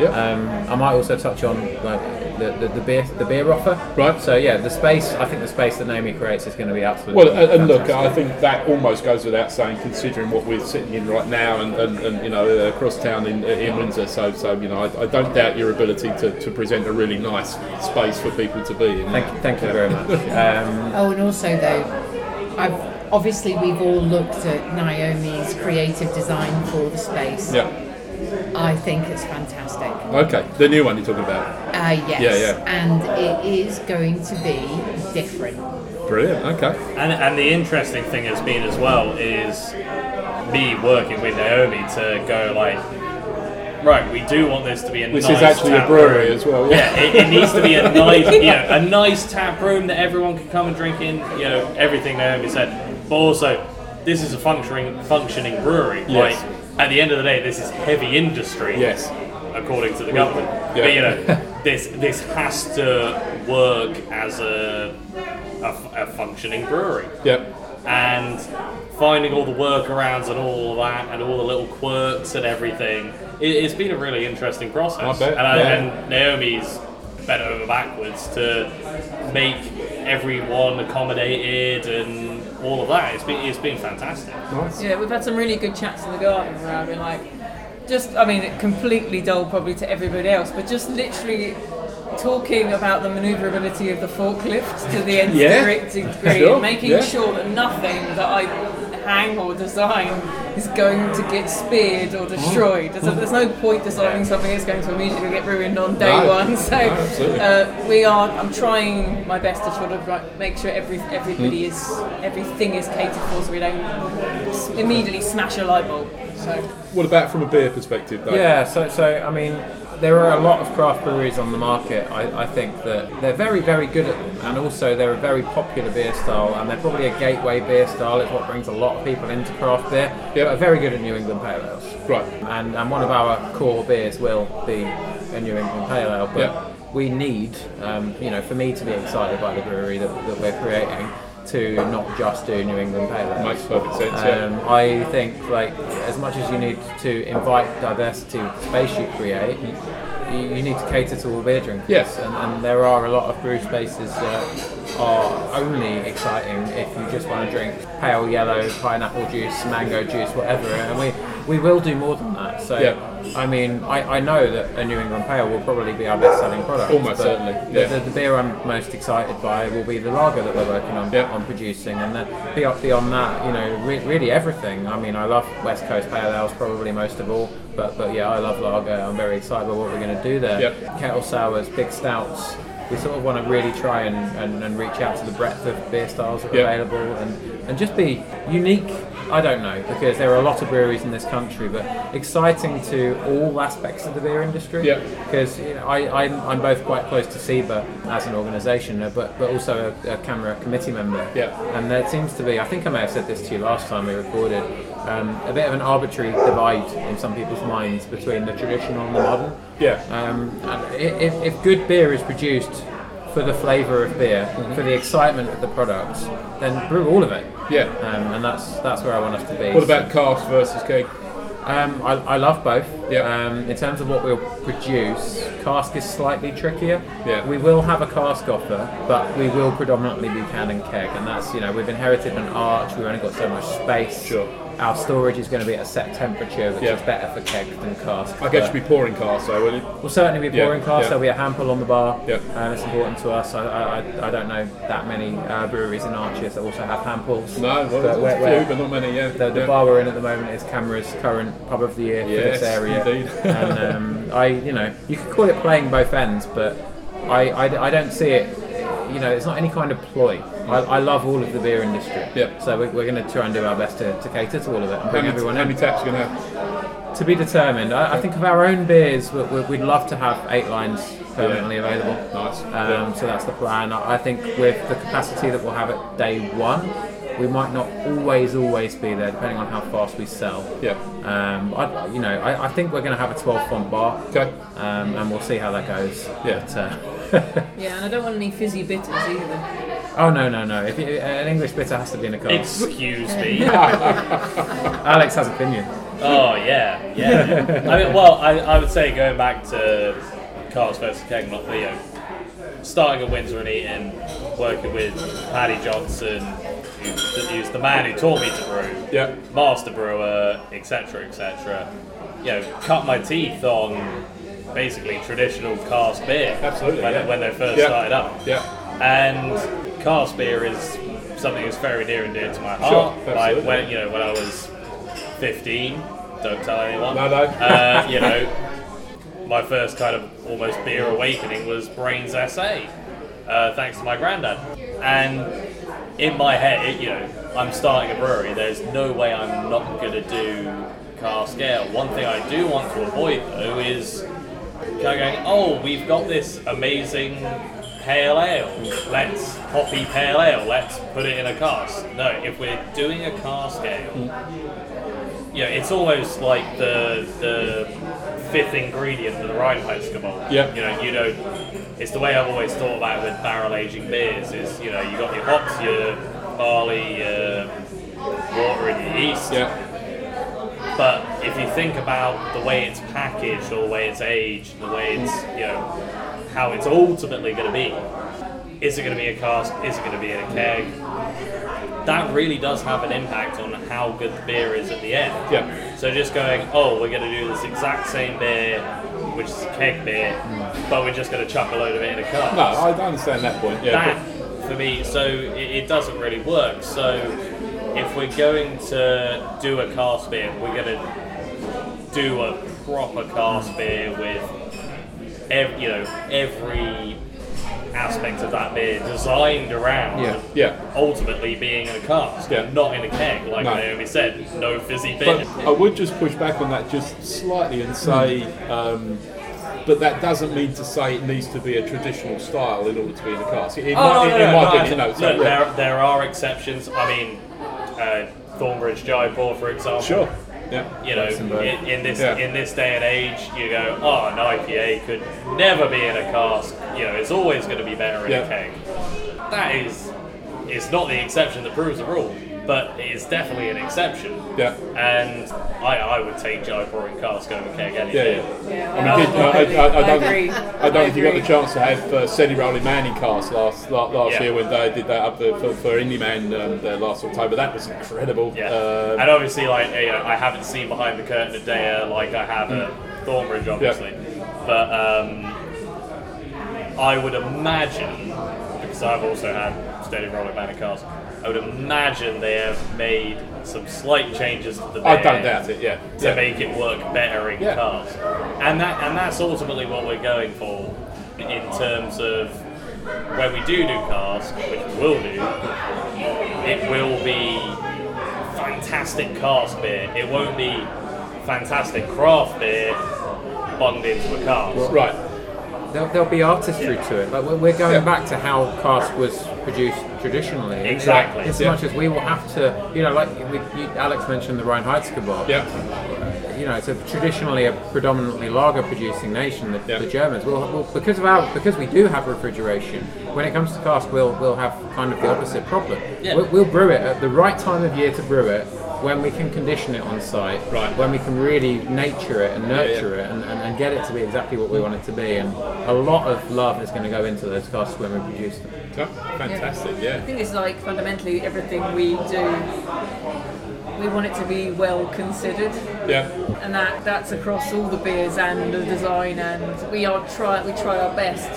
Speaker 1: Yeah.
Speaker 2: Um, I might also touch on like the, the, the beer the beer offer.
Speaker 1: Right.
Speaker 2: So yeah, the space. I think the space that Naomi creates is going to be absolutely.
Speaker 1: Well, and, and look,
Speaker 2: fantastic.
Speaker 1: I think that almost goes without saying, considering what we're sitting in right now, and, and, and you know, uh, across town in, in Windsor. So, so you know, I, I don't doubt your ability to, to present a really nice space for people to be in.
Speaker 2: Thank you, thank you very much. Um,
Speaker 5: Oh, and also though, I've obviously we've all looked at Naomi's creative design for the space.
Speaker 1: Yeah.
Speaker 5: I think it's fantastic.
Speaker 1: Okay. The new one you're talking about.
Speaker 5: Uh, yes.
Speaker 1: Yeah, yeah.
Speaker 5: And it is going to be different. Oh,
Speaker 1: Brilliant. Okay.
Speaker 4: And, and the interesting thing has been as well is me working with Naomi to go like, right, we do want this to be a
Speaker 1: This
Speaker 4: nice
Speaker 1: is actually a
Speaker 4: tap
Speaker 1: brewery
Speaker 4: room.
Speaker 1: as well.
Speaker 4: Yeah, it, it needs to be a nice, you know, a nice tap room that everyone can come and drink in. You know, everything Naomi said, but also this is a functioning functioning brewery.
Speaker 1: Yes.
Speaker 4: Like at the end of the day, this is heavy industry.
Speaker 1: Yes.
Speaker 4: according to the government.
Speaker 1: Yeah.
Speaker 4: But you know, this this has to work as a a, f- a functioning brewery
Speaker 1: Yep.
Speaker 4: and finding all the workarounds and all that and all the little quirks and everything. It, it's been a really interesting process.
Speaker 1: I bet,
Speaker 4: And, I,
Speaker 1: yeah.
Speaker 4: and Naomi's bent over backwards to make everyone accommodated and all of that. It's been it's been fantastic.
Speaker 2: Nice.
Speaker 3: Yeah, we've had some really good chats in the garden where I've been like, just, I mean, completely dull probably to everybody else, but just literally talking about the maneuverability of the forklift to the nth
Speaker 1: Yeah.
Speaker 3: degree, degree
Speaker 1: Sure,
Speaker 3: and making
Speaker 1: yeah.
Speaker 3: sure that nothing that I hang or design is going to get speared
Speaker 1: Mm.
Speaker 3: or destroyed. There's, there's no point designing something that's going to immediately get ruined on day
Speaker 1: No.
Speaker 3: one. So
Speaker 1: No, absolutely.
Speaker 3: uh, we are. I'm trying my best to sort of like make sure every everybody
Speaker 1: Hmm.
Speaker 3: is everything is catered for, so we don't s- immediately smash a light bulb. So.
Speaker 1: What about from a beer perspective, though?
Speaker 2: Yeah, so, so I mean, there are a lot of craft breweries on the market. I, I think that they're very, very good at them, and also they're a very popular beer style, and they're probably a gateway beer style. It's what brings a lot of people into craft beer.
Speaker 1: Yep.
Speaker 2: But very good at New England pale ales.
Speaker 1: Right.
Speaker 2: And, and one of our core beers will be a New England Pale Ale, but
Speaker 1: Yep.
Speaker 2: we need, um, you know, for me to be excited by the brewery that, that we're creating, to not just do New England Pale Ale.
Speaker 1: Makes perfect sense, yeah.
Speaker 2: Um, I think, like, as much as you need to invite diversity to the space you create, you, you need to cater to all beer drinkers.
Speaker 1: Yes.
Speaker 2: And, and there are a lot of brew spaces that are only exciting if you just want to drink pale yellow, pineapple juice, mango juice, whatever. And we, we will do more than that. So,
Speaker 1: Yeah.
Speaker 2: I mean, I, I know that a New England Pale will probably be our best selling product.
Speaker 1: Almost
Speaker 2: but
Speaker 1: certainly,
Speaker 2: the-
Speaker 1: yeah.
Speaker 2: the, the beer I'm most excited by will be the lager that we're working on,
Speaker 1: Yeah.
Speaker 2: on producing, and then beyond, beyond that, you know, re- really everything. I mean, I love West Coast Pale Ales probably most of all, but but yeah, I love lager. I'm very excited about what we're going to do there.
Speaker 1: Yeah.
Speaker 2: Kettle sours, big stouts. We sort of want to really try and, and, and reach out to the breadth of beer styles that are
Speaker 1: Yeah.
Speaker 2: available and, and just be unique. I don't know because there are a lot of breweries in this country, but exciting to all aspects of the beer industry
Speaker 1: Yeah.
Speaker 2: because you know, I, I'm, I'm both quite close to SIBA as an organisation, uh, but, but also a, a camera committee member.
Speaker 1: Yeah.
Speaker 2: And there seems to be, I think I may have said this to you last time we recorded, um, a bit of an arbitrary divide in some people's minds between the traditional and the modern.
Speaker 1: Yeah.
Speaker 2: Um, and i- if, if good beer is produced for the flavour of beer,
Speaker 1: Mm-hmm.
Speaker 2: for the excitement of the products, then brew all of it.
Speaker 1: Yeah.
Speaker 2: Um, and that's that's where I want us to be.
Speaker 1: What about cast versus keg?
Speaker 2: Um, I, I love both.
Speaker 1: Yeah.
Speaker 2: Um, in terms of what we'll produce, cask is slightly trickier.
Speaker 1: Yeah.
Speaker 2: We will have a cask offer, but we will predominantly be can and keg, and that's you know we've inherited an arch. We've only got so much space.
Speaker 1: Sure.
Speaker 2: Our storage is going to be at a set temperature, which
Speaker 1: Yeah.
Speaker 2: is better for keg than cask.
Speaker 1: I guess
Speaker 2: but
Speaker 1: you'd be pouring cast, though, wouldn't
Speaker 2: We'll certainly be
Speaker 1: Yeah,
Speaker 2: pouring cask.
Speaker 1: yeah.
Speaker 2: There'll be a handful on the bar.
Speaker 1: Yeah.
Speaker 2: Um, it's important to us. I, I, I- I don't know that many uh, breweries in arches that also have handfuls.
Speaker 1: you? No, well,
Speaker 2: But
Speaker 1: there's
Speaker 2: we're-
Speaker 1: a
Speaker 2: we're-
Speaker 1: few, but not many, yeah.
Speaker 2: the, the
Speaker 1: yeah.
Speaker 2: bar we're in at the moment is Camera's current pub of the year for
Speaker 1: Yes,
Speaker 2: this area.
Speaker 1: indeed.
Speaker 2: and um, I, you know, you could call it playing both ends, but I, I, I don't see it. You know, it's not any kind of ploy. I, I love all of the beer industry.
Speaker 1: Yeah.
Speaker 2: So we, we're going to try and do our best to, to cater to all of it and
Speaker 1: How
Speaker 2: bring
Speaker 1: many,
Speaker 2: everyone
Speaker 1: how
Speaker 2: in.
Speaker 1: many taps you going to have?
Speaker 2: to be determined. I, I think of our own beers, we, we, we'd love to have eight lines permanently
Speaker 1: Yeah.
Speaker 2: available.
Speaker 1: Nice.
Speaker 2: Um,
Speaker 1: Yeah.
Speaker 2: So that's the plan. I I think with the capacity that we'll have at day one, we might not always, always be there, depending on how fast we sell.
Speaker 1: Yeah.
Speaker 2: Um, I, you know, I, I think we're going to have a 12 font bar.
Speaker 1: Okay.
Speaker 2: Um, and we'll see how that goes.
Speaker 1: Yeah.
Speaker 2: But, uh,
Speaker 3: Yeah, and I don't want any fizzy bitters either.
Speaker 2: oh no, no, no! If you, an English bitter has to be in a cask.
Speaker 4: Excuse me.
Speaker 2: Alex has opinion.
Speaker 4: Oh yeah, yeah. I mean, well, I, I would say going back to Cars versus Keg, not you know, starting at Windsor and Eaton, working with Paddy Johnson, who- who's the man who taught me to brew,
Speaker 1: Yeah.
Speaker 4: master brewer, etc., etc. You know, cut my teeth on basically traditional cask beer.
Speaker 1: Absolutely,
Speaker 4: When,
Speaker 1: yeah.
Speaker 4: when they first
Speaker 1: Yeah.
Speaker 4: started up.
Speaker 1: Yeah.
Speaker 4: And cask beer is something that's very near and dear to my
Speaker 1: Sure,
Speaker 4: heart. like
Speaker 1: absolutely.
Speaker 4: when you know when I was 15. Don't tell anyone.
Speaker 1: No, no.
Speaker 4: Uh, you know, my first kind of almost beer awakening was Brains SA, uh, thanks to my granddad. And in my head, it, you know, I'm starting a brewery. There's no way I'm not going to do cask ale. One thing I do want to avoid though is kind of going, oh, we've got this amazing pale ale. Let's hoppy pale ale. Let's put it in a cask. No, if we're doing a cask ale, you know, it's almost like the the fifth ingredient of the Rheinheitsgebot. mold.
Speaker 1: Yeah.
Speaker 4: You know, you don't. It's the way I've always thought about it with barrel aging beers. Is you know, you got your hops, your barley, your water, and your yeast.
Speaker 1: Yeah.
Speaker 4: But if you think about the way it's packaged, or the way it's aged, the way it's you know how it's ultimately going to be, Is it going to be a cask? Is it going to be in a keg? That really does have an impact on how good the beer is at the end.
Speaker 1: Yeah.
Speaker 4: So just going, oh, we're going to do this exact same beer, which is a keg beer, but we're just going to chuck a load of it in a cask.
Speaker 1: No, I I understand that point. Yeah,
Speaker 4: that for me, so it, it doesn't really work. So if we're going to do a cast beer, we're going to do a proper cast beer with ev- you know every aspect of that beer designed around.
Speaker 2: Yeah.
Speaker 1: but- yeah.
Speaker 4: Ultimately, being in a cask,
Speaker 1: Yeah.
Speaker 4: not in a keg, like
Speaker 1: No.
Speaker 4: Naomi said, no fizzy beer.
Speaker 1: But I would just push back on that just slightly and say, um, but that doesn't mean to say it needs to be a traditional style in order to be in the cast. In
Speaker 4: Oh,
Speaker 1: my,
Speaker 4: no,
Speaker 1: in,
Speaker 4: no,
Speaker 1: in
Speaker 4: no,
Speaker 1: my
Speaker 4: no,
Speaker 1: opinion,
Speaker 4: no,
Speaker 1: no. So, yeah.
Speaker 4: no, there, there are exceptions. I mean, uh, Thornbridge Jaipur, for example.
Speaker 1: Sure. Yeah.
Speaker 4: you know,
Speaker 2: Luxembourg.
Speaker 4: in, in this
Speaker 1: Yeah.
Speaker 4: in this day and age, you go, oh, an IPA could never be in a cask. You know, it's always going to be better in
Speaker 1: Yeah.
Speaker 4: a keg. That is, it's not the exception that proves the rule, but it is definitely an exception.
Speaker 1: Yeah.
Speaker 4: And I, I would take Jaipur in cask over keg any
Speaker 1: Yeah,
Speaker 4: day.
Speaker 1: yeah.
Speaker 3: Yeah,
Speaker 4: Oh,
Speaker 1: I mean, did,
Speaker 3: well,
Speaker 1: I, I, I don't,
Speaker 3: agree.
Speaker 1: I don't think you got the
Speaker 3: agree.
Speaker 1: chance to have uh, Steady Rolling Man in cast last la- last
Speaker 4: Yeah.
Speaker 1: year when they did that up there for, for Indie Man um, there last October. That was incredible.
Speaker 4: Yeah.
Speaker 1: Um,
Speaker 4: and obviously, like you know, I haven't seen behind the curtain a day uh, like I have
Speaker 1: Mm.
Speaker 4: at Thornbridge, obviously. But um, I would imagine because I've also had steady roller banner cars. I would imagine they have made some slight changes to the.
Speaker 1: I
Speaker 4: beer
Speaker 1: don't doubt it. Yeah.
Speaker 4: to
Speaker 1: yeah.
Speaker 4: make it work better in
Speaker 1: Yeah.
Speaker 4: cars. And that and that's ultimately what we're going for in terms of when we do do cars, which we will do, it will be fantastic cast beer. It won't be fantastic craft beer bunged into a cast.
Speaker 1: Right.
Speaker 2: There'll, there'll be artistry to it. Like we're- we're going
Speaker 1: Yeah.
Speaker 2: back to how cask was produced traditionally. And, like,
Speaker 4: Exactly,
Speaker 2: As
Speaker 1: yeah.
Speaker 2: much as we will have to, you know, like we, you, Alex mentioned the Rhine Heights kebab.
Speaker 1: Yeah.
Speaker 2: You know, it's a, traditionally a predominantly lager producing nation, the,
Speaker 1: Yeah.
Speaker 2: the Germans. We'll, we'll, because of our, because we do have refrigeration. When it comes to cask, we'll we'll have kind of the opposite problem.
Speaker 4: Yeah.
Speaker 2: We'll, we'll brew it at the right time of year to brew it. When we can condition it on site,
Speaker 1: Right.
Speaker 2: when we can really nature it and
Speaker 1: yeah.
Speaker 2: nurture it and, and, and get it to be exactly what we want it to be. And a lot of love is going to go into those casts when we produce them.
Speaker 1: Yeah. Oh, Fantastic.
Speaker 3: I
Speaker 1: Yeah.
Speaker 3: think it's like fundamentally everything we do. We want it to be well considered,
Speaker 1: Yeah.
Speaker 3: and that, that's across all the beers and the design. And we are try we try our best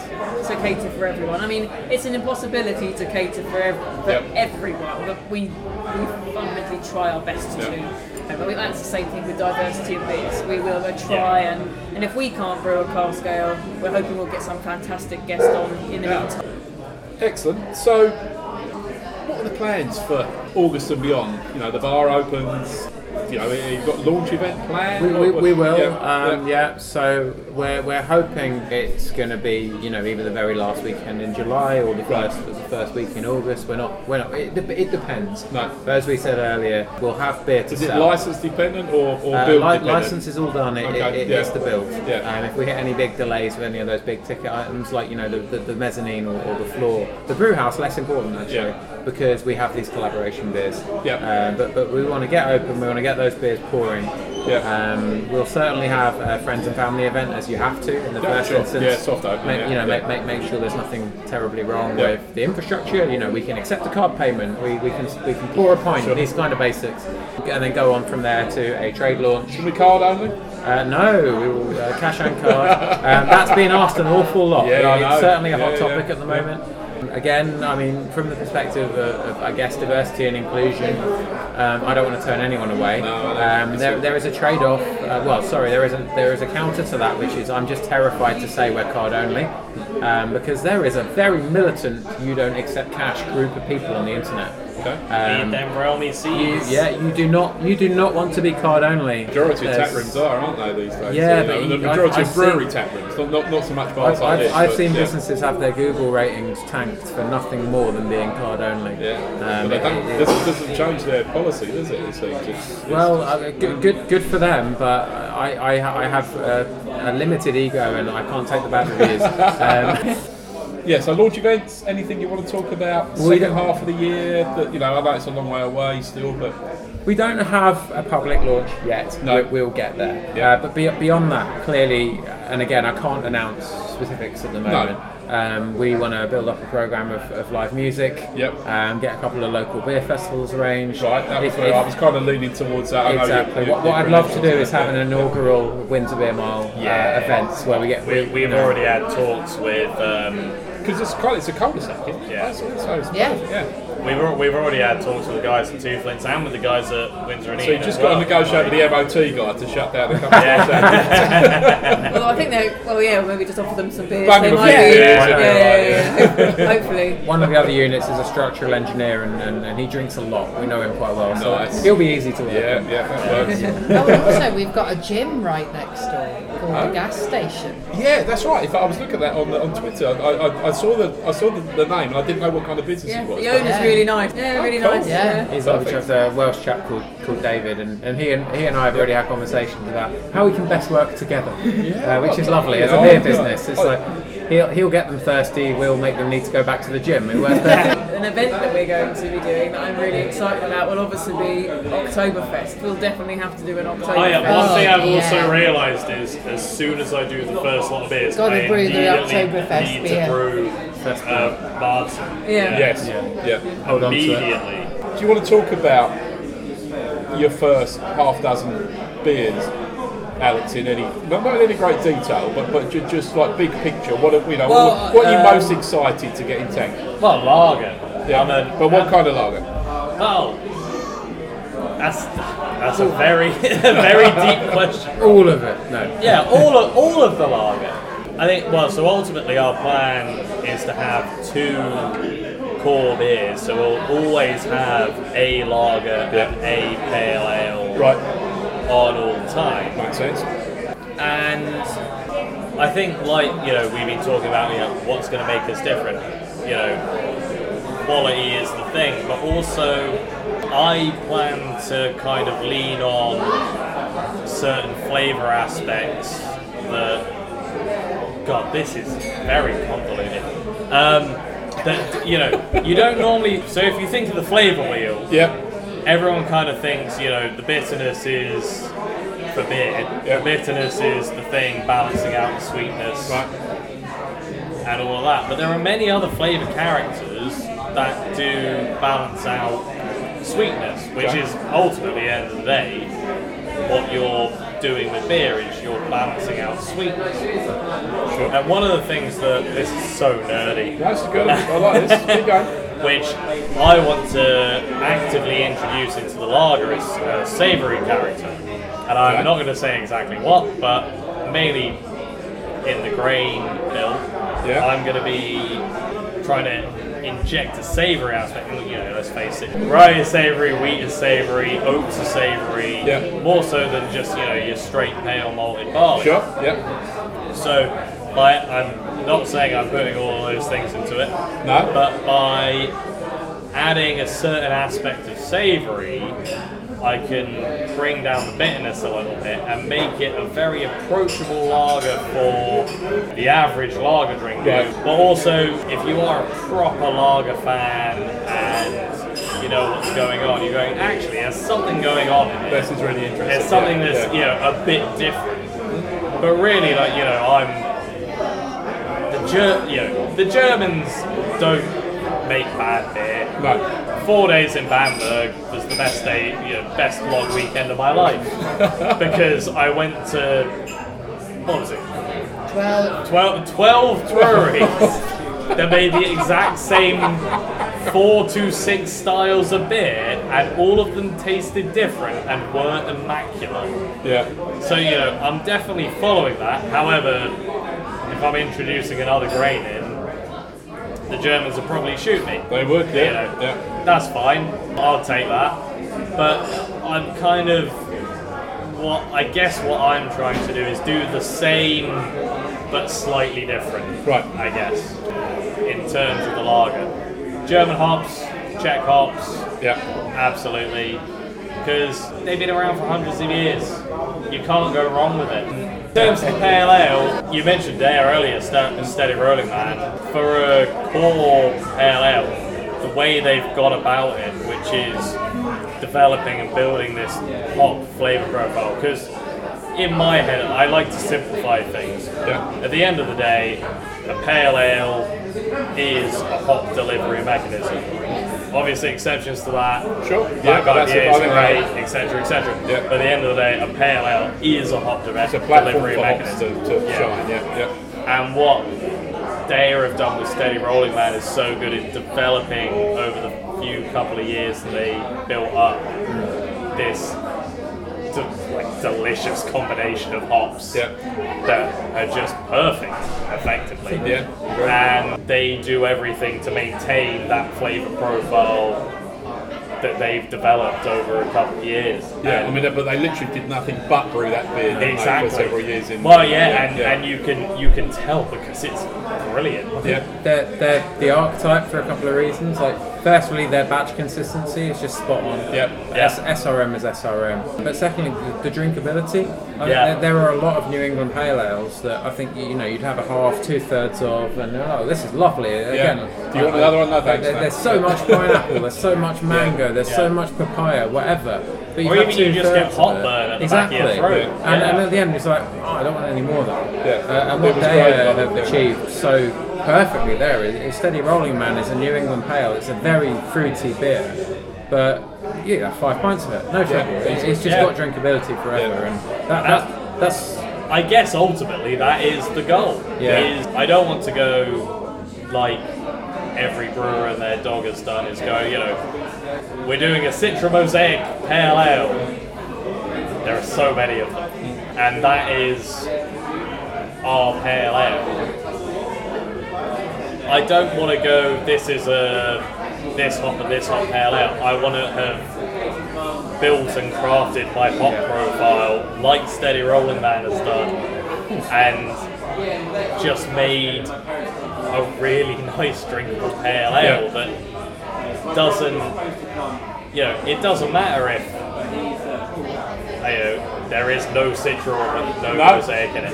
Speaker 3: to cater for everyone. I mean, it's an impossibility to cater for, ev- for
Speaker 1: Yep.
Speaker 3: everyone, but we we fundamentally try our best to
Speaker 1: Yeah.
Speaker 3: do. Uh, But we, that's the same thing with diversity of beers. We will uh, try, and, and if we can't brew a car scale, we're hoping we'll get some fantastic guest on in the
Speaker 1: Yeah.
Speaker 3: meantime.
Speaker 1: Excellent. So, what are the plans for August and beyond? You know, the bar opens. You know, you've got launch event planned.
Speaker 2: We, we,
Speaker 1: What-
Speaker 2: we will,
Speaker 1: Yeah,
Speaker 2: um,
Speaker 1: yeah.
Speaker 2: yeah. So we're, we're hoping it's going to be, you know, either the very last weekend in July or the
Speaker 1: Right.
Speaker 2: first the first week in August. We're not, we're not. It, de- it depends.
Speaker 1: No.
Speaker 2: But as we said earlier, we'll have beer to
Speaker 1: Is it
Speaker 2: sell.
Speaker 1: license dependent or, or
Speaker 2: Uh,
Speaker 1: build
Speaker 2: li-
Speaker 1: dependent?
Speaker 2: license is all done. It,
Speaker 1: Okay,
Speaker 2: it, it
Speaker 1: yeah.
Speaker 2: hits the build.
Speaker 1: Yeah.
Speaker 2: Um, if we hit any big delays with any of those big ticket items, like you know the, the, the mezzanine or, or the floor, the brew house less important actually
Speaker 1: Yeah.
Speaker 2: because we have these collaboration beers.
Speaker 1: Yeah.
Speaker 2: Uh, but but we want to get open. We want to get those beers pouring.
Speaker 1: Yeah.
Speaker 2: Um, we'll certainly have a friends and family event as you have to in the
Speaker 1: Yeah,
Speaker 2: first
Speaker 1: sure.
Speaker 2: instance.
Speaker 1: Yeah, soft open,
Speaker 2: Make,
Speaker 1: yeah,
Speaker 2: You know,
Speaker 1: yeah.
Speaker 2: make, make make sure there's nothing terribly wrong
Speaker 1: Yeah.
Speaker 2: with the infrastructure. You know, we can accept a card payment. We, we can we can pour a pint.
Speaker 1: Sure.
Speaker 2: These kind of basics, and then go on from there to a trade launch.
Speaker 1: Can we card only?
Speaker 2: Uh, no, we will uh, cash and card. um, that's been asked an awful lot.
Speaker 1: Yeah, I
Speaker 2: it's
Speaker 1: know.
Speaker 2: certainly a hot
Speaker 1: Yeah,
Speaker 2: topic
Speaker 1: yeah,
Speaker 2: at the
Speaker 1: yeah.
Speaker 2: moment. Again, I mean, from the perspective of, of I guess, diversity and inclusion, um, I don't want to turn anyone away.
Speaker 1: No, I don't
Speaker 2: um,
Speaker 1: think
Speaker 2: there,
Speaker 1: so.
Speaker 2: there is a trade-off. Uh, well, sorry, there is a there is a counter to that, which is I'm just terrified to say we're card only, um, because there is a very militant you don't accept cash group of people on the internet.
Speaker 1: Okay.
Speaker 2: Um,
Speaker 4: Need them realmy
Speaker 2: you,
Speaker 4: seeds.
Speaker 2: yeah, you do not you do not want to be card only.
Speaker 1: Majority of tap
Speaker 2: There's-
Speaker 1: rooms are, aren't they, these days?
Speaker 2: Yeah,
Speaker 1: You know,
Speaker 2: but
Speaker 1: the
Speaker 2: you-
Speaker 1: majority
Speaker 2: I- I
Speaker 1: of brewery
Speaker 2: see-
Speaker 1: tap rooms, not, not, not so much bars
Speaker 2: I've,
Speaker 1: like
Speaker 2: I've,
Speaker 1: this.
Speaker 2: I've
Speaker 1: but,
Speaker 2: seen
Speaker 1: yeah.
Speaker 2: businesses have their Google ratings tanked for nothing more than being card only.
Speaker 1: Yeah,
Speaker 2: Um,
Speaker 1: but they
Speaker 2: it-
Speaker 1: don't,
Speaker 2: it-
Speaker 1: this doesn't change their policy, does it? It's like just, it's
Speaker 2: well, uh, good, good, good for them, but I, I, I have a, a limited ego and I can't take the bad reviews. Um,
Speaker 1: Yeah, so launch events, anything you want to talk about?
Speaker 2: We
Speaker 1: second
Speaker 2: don't-
Speaker 1: half of the year, that, you know, I know it's a long way away still, but
Speaker 2: we don't have a public launch yet.
Speaker 1: No.
Speaker 2: We, we'll get there.
Speaker 1: Yeah.
Speaker 2: Uh, but be, beyond that, clearly, and again, I can't announce specifics at the moment. Um, we want to build up a program of, of live music.
Speaker 1: Yep.
Speaker 2: Um, get a couple of local beer festivals arranged.
Speaker 1: Right, that was
Speaker 2: If-
Speaker 1: where
Speaker 2: if-
Speaker 1: I was kind of leaning towards that. I know you're-
Speaker 2: Exactly.
Speaker 1: you're-
Speaker 2: What, what I'd
Speaker 1: you're
Speaker 2: love to do
Speaker 1: really-
Speaker 2: is have an inaugural Windsor Beer Mile
Speaker 4: Yeah.
Speaker 2: uh, events where we get.
Speaker 4: We,
Speaker 2: you
Speaker 4: we've
Speaker 2: know,
Speaker 4: already had talks with um,
Speaker 1: Because it's quite, it's a cul-de-sac, isn't it?
Speaker 4: Yeah.
Speaker 1: That's- that's-
Speaker 5: Yeah.
Speaker 1: yeah.
Speaker 4: We've, al- we've already had talks with the guys at Two Flints and with the guys at Windsor and
Speaker 1: So you
Speaker 4: Eden
Speaker 1: just
Speaker 4: as
Speaker 1: got to
Speaker 4: well.
Speaker 1: negotiate with the MOT guy to shut down the company.
Speaker 3: Although I think they, well, yeah, maybe just offer them some beers.
Speaker 1: Bang
Speaker 3: They
Speaker 1: them a
Speaker 3: might
Speaker 1: few
Speaker 3: be-
Speaker 1: beers,
Speaker 3: yeah,
Speaker 4: yeah,
Speaker 3: yeah, yeah, yeah. Hopefully.
Speaker 2: One of the other units is a structural engineer, and, and, and he drinks a lot. We know him quite well, so
Speaker 1: Nice.
Speaker 2: he'll be easy to work.
Speaker 1: yeah,
Speaker 2: with.
Speaker 1: yeah, that works.
Speaker 5: Oh, and also we've got a gym right next door called
Speaker 1: Oh.
Speaker 5: the gas station.
Speaker 1: Yeah, that's right. If I was looking at that on the, on Twitter, I, I, I saw the I saw the, the name. and I didn't know what kind of business
Speaker 3: Yeah,
Speaker 1: it was.
Speaker 3: the owner's
Speaker 5: Yeah.
Speaker 3: really nice. Yeah, really
Speaker 1: cool.
Speaker 3: nice.
Speaker 5: Yeah.
Speaker 2: He's lovely chap, a Welsh chap called, called David, and, and he and he and I have already had conversations about how we can best work together,
Speaker 1: Yeah.
Speaker 2: uh, which is lovely as a
Speaker 1: Yeah.
Speaker 2: beer business. It's
Speaker 1: Oh.
Speaker 2: like he'll, he'll get them thirsty, we'll make them need to go back to the gym. It works perfectly.
Speaker 3: An event that we're going to be doing that I'm really excited about will obviously be Oktoberfest. We'll definitely have to do an Oktoberfest.
Speaker 4: Oh yeah, one
Speaker 5: Oh,
Speaker 4: thing I've
Speaker 5: yeah.
Speaker 4: also realised is as soon as I do the first lot of beers,
Speaker 5: Gotta
Speaker 4: I
Speaker 5: brew the
Speaker 4: immediately
Speaker 5: Oktoberfest
Speaker 4: need
Speaker 5: beer.
Speaker 4: to brew uh, Martin.
Speaker 3: Yeah.
Speaker 1: Yes.
Speaker 2: Yeah.
Speaker 1: Yeah.
Speaker 2: Hold on to it.
Speaker 4: Immediately.
Speaker 1: Do you want to talk about your first half dozen beers, Alex? In any not, not in any great detail, but but ju- just like big picture. What are, you know?
Speaker 2: Well,
Speaker 1: what, what are you
Speaker 2: um,
Speaker 1: most excited to get in tank?
Speaker 4: Well, lager.
Speaker 1: Yeah.
Speaker 4: I'm a- um,
Speaker 1: but what kind of lager?
Speaker 4: Well, that's that's a very a very deep question.
Speaker 2: All of it. No.
Speaker 4: Yeah, all of, all of the lager. I think, well, so ultimately our plan is to have two core beers. So we'll always have a lager and a pale ale
Speaker 1: Right.
Speaker 4: on all the time.
Speaker 1: Makes sense.
Speaker 4: And I think, like, you know, we've been talking about, you know, what's going to make us different. You know, quality is the thing, but also I plan to kind of lean on certain flavor aspects that, God, this is very convoluted. Um, that, you know, you don't normally, so if you think of the flavor wheel,
Speaker 1: Yep.
Speaker 4: everyone kind of thinks, you know, the bitterness is for beer.
Speaker 1: Yeah.
Speaker 4: The bitterness is the thing balancing out the sweetness
Speaker 1: Right.
Speaker 4: and all of that. But there are many other flavour characters that do balance out sweetness, which
Speaker 1: Okay.
Speaker 4: is ultimately, at the end of the day, what you're doing with beer is you're balancing out sweetness. And one of the things that this is so nerdy
Speaker 1: That's good. I like this. Keep going.
Speaker 4: which I want to actively introduce into the lager is a savoury character. And I'm not going to say exactly what, but mainly in the grain bill,
Speaker 1: Yeah.
Speaker 4: I'm going to be trying to inject a savoury aspect. And, You know, let's face it, rye is savoury, wheat is savoury, oats are savoury,
Speaker 1: Yeah.
Speaker 4: more so than just, you know, your straight pale malted barley.
Speaker 1: Sure. Yep.
Speaker 4: So, by, I'm not saying I'm putting all of those things into it,
Speaker 1: No.
Speaker 4: but by adding a certain aspect of savory, I can bring down the bitterness a little bit and make it a very approachable lager for the average lager drinker.
Speaker 1: Right.
Speaker 4: But also, if you are a proper lager fan and you know what's going on, you're going, actually, there's something going on in it.
Speaker 1: This is really interesting.
Speaker 4: It's something
Speaker 1: Yeah,
Speaker 4: that's
Speaker 1: yeah.
Speaker 4: you know a bit different. But really, like you know, I'm the Ger- you know the Germans don't make bad beer.
Speaker 1: No.
Speaker 4: Four days in Bamberg was the best day, you know, best long weekend of my life because I went to what was it,
Speaker 5: Well,
Speaker 4: 12, 12 breweries that made the exact same four to six styles of beer, and all of them tasted different and weren't immaculate.
Speaker 1: Yeah.
Speaker 4: So you know, I'm definitely following that. However, if I'm introducing another grain in, the Germans will probably shoot me.
Speaker 1: They would.
Speaker 4: You
Speaker 1: Yeah.
Speaker 4: know,
Speaker 1: Yeah.
Speaker 4: That's fine. I'll take that. But I'm kind of what I guess what I'm trying to do is do the same but slightly different.
Speaker 1: Right.
Speaker 4: I guess. In terms of the lager. German hops, Czech hops,
Speaker 1: Yeah.
Speaker 4: Absolutely. Because they've been around for hundreds of years. You can't go wrong with it. In terms of the pale ale, you mentioned there earlier, St- Steady Rolling Man. For a core pale ale, the way they've gone about it, which is developing and building this hop flavour profile, because in my head, I like to simplify things.
Speaker 1: Yeah.
Speaker 4: At the end of the day, a pale ale is a hop delivery mechanism. Obviously, exceptions to that.
Speaker 1: Sure. Yeah,
Speaker 4: Black
Speaker 1: that's
Speaker 4: IPA
Speaker 1: what I
Speaker 4: is
Speaker 1: think.
Speaker 4: great, etc., etc.
Speaker 1: Yeah.
Speaker 4: But at the end of the day, a pale ale is a hop delivery
Speaker 1: It's a platform
Speaker 4: delivery
Speaker 1: for hops to,
Speaker 4: mechanism.
Speaker 1: to
Speaker 4: Yeah.
Speaker 1: shine. Yeah, yeah.
Speaker 4: And what Daya have done with Steady Rolling Man is so good at developing over the few couple of years that they built up this de- like delicious combination of hops
Speaker 1: Yeah.
Speaker 4: that are just perfect, effectively.
Speaker 1: Yeah.
Speaker 4: And they do everything to maintain that flavour profile that they've developed over a couple of years.
Speaker 1: Yeah,
Speaker 4: And-
Speaker 1: I mean, but they literally did nothing but brew that beer didn't they,
Speaker 4: Exactly.
Speaker 1: for several years. In
Speaker 4: well, yeah, and,
Speaker 1: yeah.
Speaker 4: and you can you can tell because it's brilliant.
Speaker 1: yeah,
Speaker 2: They're, they're the archetype for a couple of reasons. Like, firstly, their batch consistency is just spot on.
Speaker 1: yeah,
Speaker 4: Yeah.
Speaker 2: S- SRM is SRM. But secondly, the, the drinkability. I mean,
Speaker 4: Yeah.
Speaker 2: there, there are a lot of New England pale ales that I think you know you'd have a half, two thirds of, and oh, this is lovely. Again,
Speaker 1: Do you want another one? No,
Speaker 2: like,
Speaker 1: thanks,
Speaker 2: there-
Speaker 1: thanks.
Speaker 2: there's so much pineapple. There's so much mango. There's
Speaker 4: Yeah.
Speaker 2: so much papaya. Whatever. But
Speaker 4: Or
Speaker 2: have
Speaker 4: even you just
Speaker 2: two-thirds
Speaker 4: get hot
Speaker 2: of it.
Speaker 4: burn at the back of
Speaker 2: exactly.
Speaker 4: your throat.
Speaker 2: And, and
Speaker 4: Yeah.
Speaker 2: at the end, it's like, oh, I don't want any more of that.
Speaker 1: Yeah.
Speaker 2: Uh, and
Speaker 1: It
Speaker 2: what
Speaker 1: was
Speaker 2: they
Speaker 1: great,
Speaker 2: uh, have
Speaker 1: yeah.
Speaker 2: achieved so perfectly there is, is Steady Rolling Man is a New England pale. It's a very fruity beer, but you have five pints of it, no trouble. It's, it's just
Speaker 4: Yeah.
Speaker 2: got drinkability forever,
Speaker 1: Yeah.
Speaker 2: and that, that, that's
Speaker 4: I guess ultimately that is the goal.
Speaker 2: Yeah.
Speaker 4: Is I don't want to go like every brewer and their dog has done is go, you know, we're doing a Citra Mosaic Pale Ale. There are so many of them. And that is our Pale Ale. I don't want to go, this is a this hop and this hop Pale Ale. I want to have built and crafted my pop profile like Steady Rolling Man has done and just made a really nice drinkable pale ale
Speaker 1: Yeah.
Speaker 4: that doesn't you know it doesn't matter if you know, there is no citra or
Speaker 1: No.
Speaker 4: no, mosaic in it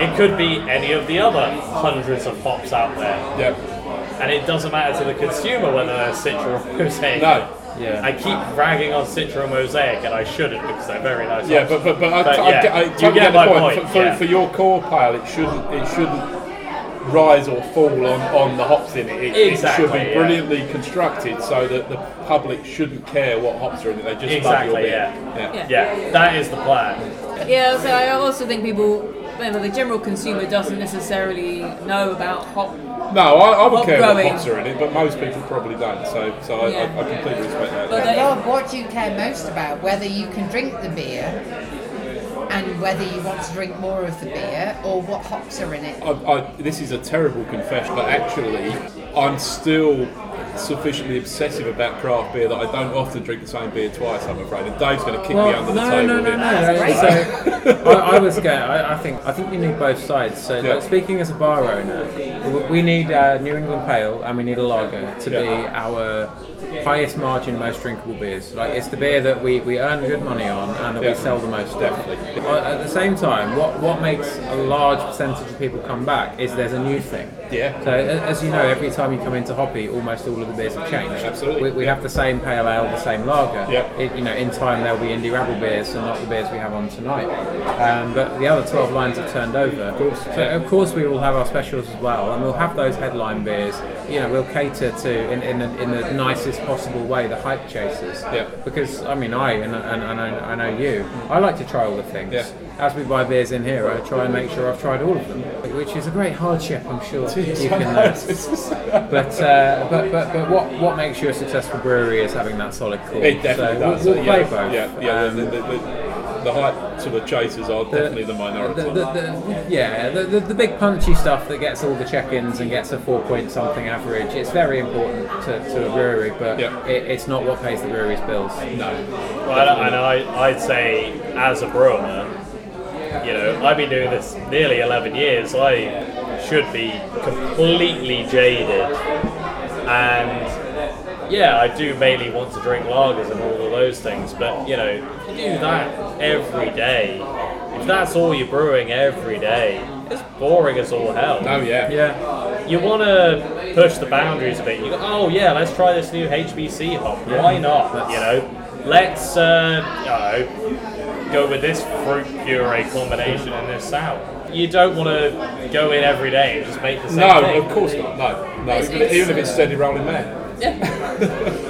Speaker 4: it could be any of the other hundreds of hops out there
Speaker 1: yeah.
Speaker 4: and it doesn't matter to the consumer whether they're citra or mosaic
Speaker 1: No.
Speaker 2: Yeah.
Speaker 4: I keep ragging on Citra Mosaic, and I shouldn't because they're very nice.
Speaker 1: Yeah,
Speaker 4: hops.
Speaker 1: but but, but, I, I,
Speaker 4: yeah,
Speaker 1: get- I
Speaker 4: you
Speaker 1: totally
Speaker 4: get
Speaker 1: get
Speaker 4: my
Speaker 1: the point.
Speaker 4: point,
Speaker 1: For, for,
Speaker 4: yeah.
Speaker 1: for your core pale, it shouldn't it shouldn't rise or fall on, on the hops in it. It, it
Speaker 4: Exactly,
Speaker 1: should be
Speaker 4: yeah.
Speaker 1: brilliantly constructed so that the public shouldn't care what hops are in it. They just love your
Speaker 4: Exactly,
Speaker 1: beer.
Speaker 4: yeah.
Speaker 1: yeah.
Speaker 4: yeah, that is the plan.
Speaker 3: Yeah, so I also think people, remember, the general consumer doesn't necessarily know about hop.
Speaker 1: No, I, I would
Speaker 3: Hop
Speaker 1: care what
Speaker 3: growing.
Speaker 1: hops are in it, but most people probably don't. So so
Speaker 3: Yeah.
Speaker 1: I, I, I completely respect that.
Speaker 3: But
Speaker 5: But
Speaker 3: they-
Speaker 5: Rob, what do you care most about? Whether you can drink the beer and whether you want to drink more of the beer or what hops are in it.
Speaker 1: I, I, this is a terrible confession, but actually, I'm still sufficiently obsessive about craft beer that I don't often drink the same beer twice. I'm afraid, and Dave's going to kick me
Speaker 2: Well,
Speaker 1: under
Speaker 2: no,
Speaker 1: the table.
Speaker 2: no, no,
Speaker 1: here.
Speaker 2: no, no. So I, I was going. I, I think I think you need both sides. So
Speaker 1: Yeah.
Speaker 2: like, speaking as a bar owner, w- we need uh, New England Pale and we need a lager to be
Speaker 1: Yeah.
Speaker 2: our highest margin, most drinkable beers. Like it's the beer that we, we earn good money on and that we
Speaker 1: Yeah.
Speaker 2: sell the most. of.
Speaker 1: Definitely.
Speaker 2: Uh, At the same time, what what makes a large percentage of people come back is there's a new thing.
Speaker 1: Yeah.
Speaker 2: So a- as you know, every time you come into Hoppy, almost all of the beers have changed.
Speaker 1: Absolutely.
Speaker 2: We, we have the same pale ale, the same lager
Speaker 1: Yeah.
Speaker 2: it, you know, in time there'll be indie rabble beers and not the beers we have on tonight. Um, but the other 12 lines have turned over. Of course. So of course we will have our specials as well, and we'll have those headline beers. You know, we'll cater to in in, the- in the nicest possible way the hype chasers.
Speaker 1: Yeah.
Speaker 2: Because I mean, I and and, and I, I know you. I like to try all the things.
Speaker 1: Yeah.
Speaker 2: As we buy beers in here, I try and make sure I've tried all of them, which is a great hardship, I'm sure. you can, uh, but, uh, but but but what what makes you a successful brewery is having that solid core.
Speaker 1: It definitely
Speaker 2: so
Speaker 1: does.
Speaker 2: We'll, we'll
Speaker 1: yeah,
Speaker 2: play both.
Speaker 1: yeah, yeah.
Speaker 2: Um,
Speaker 1: the, the, the, the hype sort of chasers are definitely the minority.
Speaker 2: the- the- the- yeah, the, the, the big punchy stuff that gets all the check-ins and gets a four point something average. It's very important to, to a brewery, but
Speaker 1: Yeah.
Speaker 2: it, it's not what pays the brewery's bills.
Speaker 1: no,
Speaker 4: Well, and and I, I'd say, as a brewer, you know, I've been doing this nearly 11 years. I should be completely jaded. And yeah, I do mainly want to drink lagers and all of those things, but you know, if you do that every day, if that's all you're brewing every day, it's boring as all hell
Speaker 1: no, yeah,
Speaker 2: Yeah,
Speaker 4: you want to push the boundaries a bit. You go, oh yeah, let's try this new HBC hop. Why not? You know, let's uh, you know, go with this fruit puree combination and this sour. you don't want to go in every day and just make the same
Speaker 1: No,
Speaker 4: thing.
Speaker 1: of course not. No, no.
Speaker 3: It's-
Speaker 1: Even, even if
Speaker 3: it's-
Speaker 1: it's
Speaker 2: uh,
Speaker 1: steady rolling man.
Speaker 3: Yeah.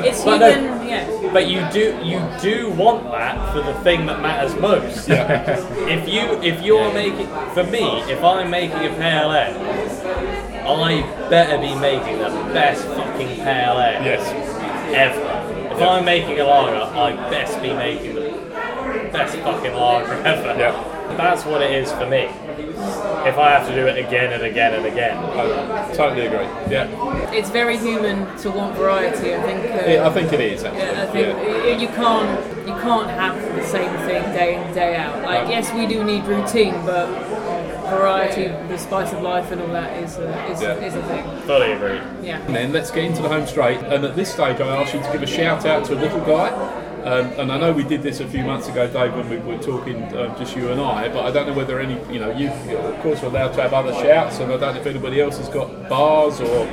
Speaker 3: it's
Speaker 4: But
Speaker 3: human.
Speaker 4: no-
Speaker 3: Yeah.
Speaker 4: But you do you do want that for the thing that matters most.
Speaker 1: Yeah.
Speaker 4: If you if you're making for me, if I'm making a pale ale, I better be making the best fucking pale ale
Speaker 1: yes.
Speaker 4: ever. If I'm making a lager, I best be making the best fucking lager ever.
Speaker 1: Yeah.
Speaker 4: That's what it is for me. If I have to do it again and again and again.
Speaker 1: I totally agree. Yeah.
Speaker 3: It's very human to want variety. I think. Uh,
Speaker 1: yeah. I think it is actually.
Speaker 3: Yeah, I think
Speaker 1: Yeah.
Speaker 3: y- you can't you can't have the same thing day in day out. Like
Speaker 1: No.
Speaker 3: yes, we do need routine, but variety, the spice of life, and all that is a, is,
Speaker 1: Yeah.
Speaker 3: is a thing.
Speaker 4: Fully agree.
Speaker 1: And
Speaker 3: Yeah.
Speaker 1: then let's get into the home straight. And at this stage, I asked you to give a shout out to a little guy. Um, and I know we did this a few months ago, Dave, when we were talking um, just you and I. But I don't know whether any, you know, you of course are allowed to have other shouts, and I don't know if anybody else has got bars or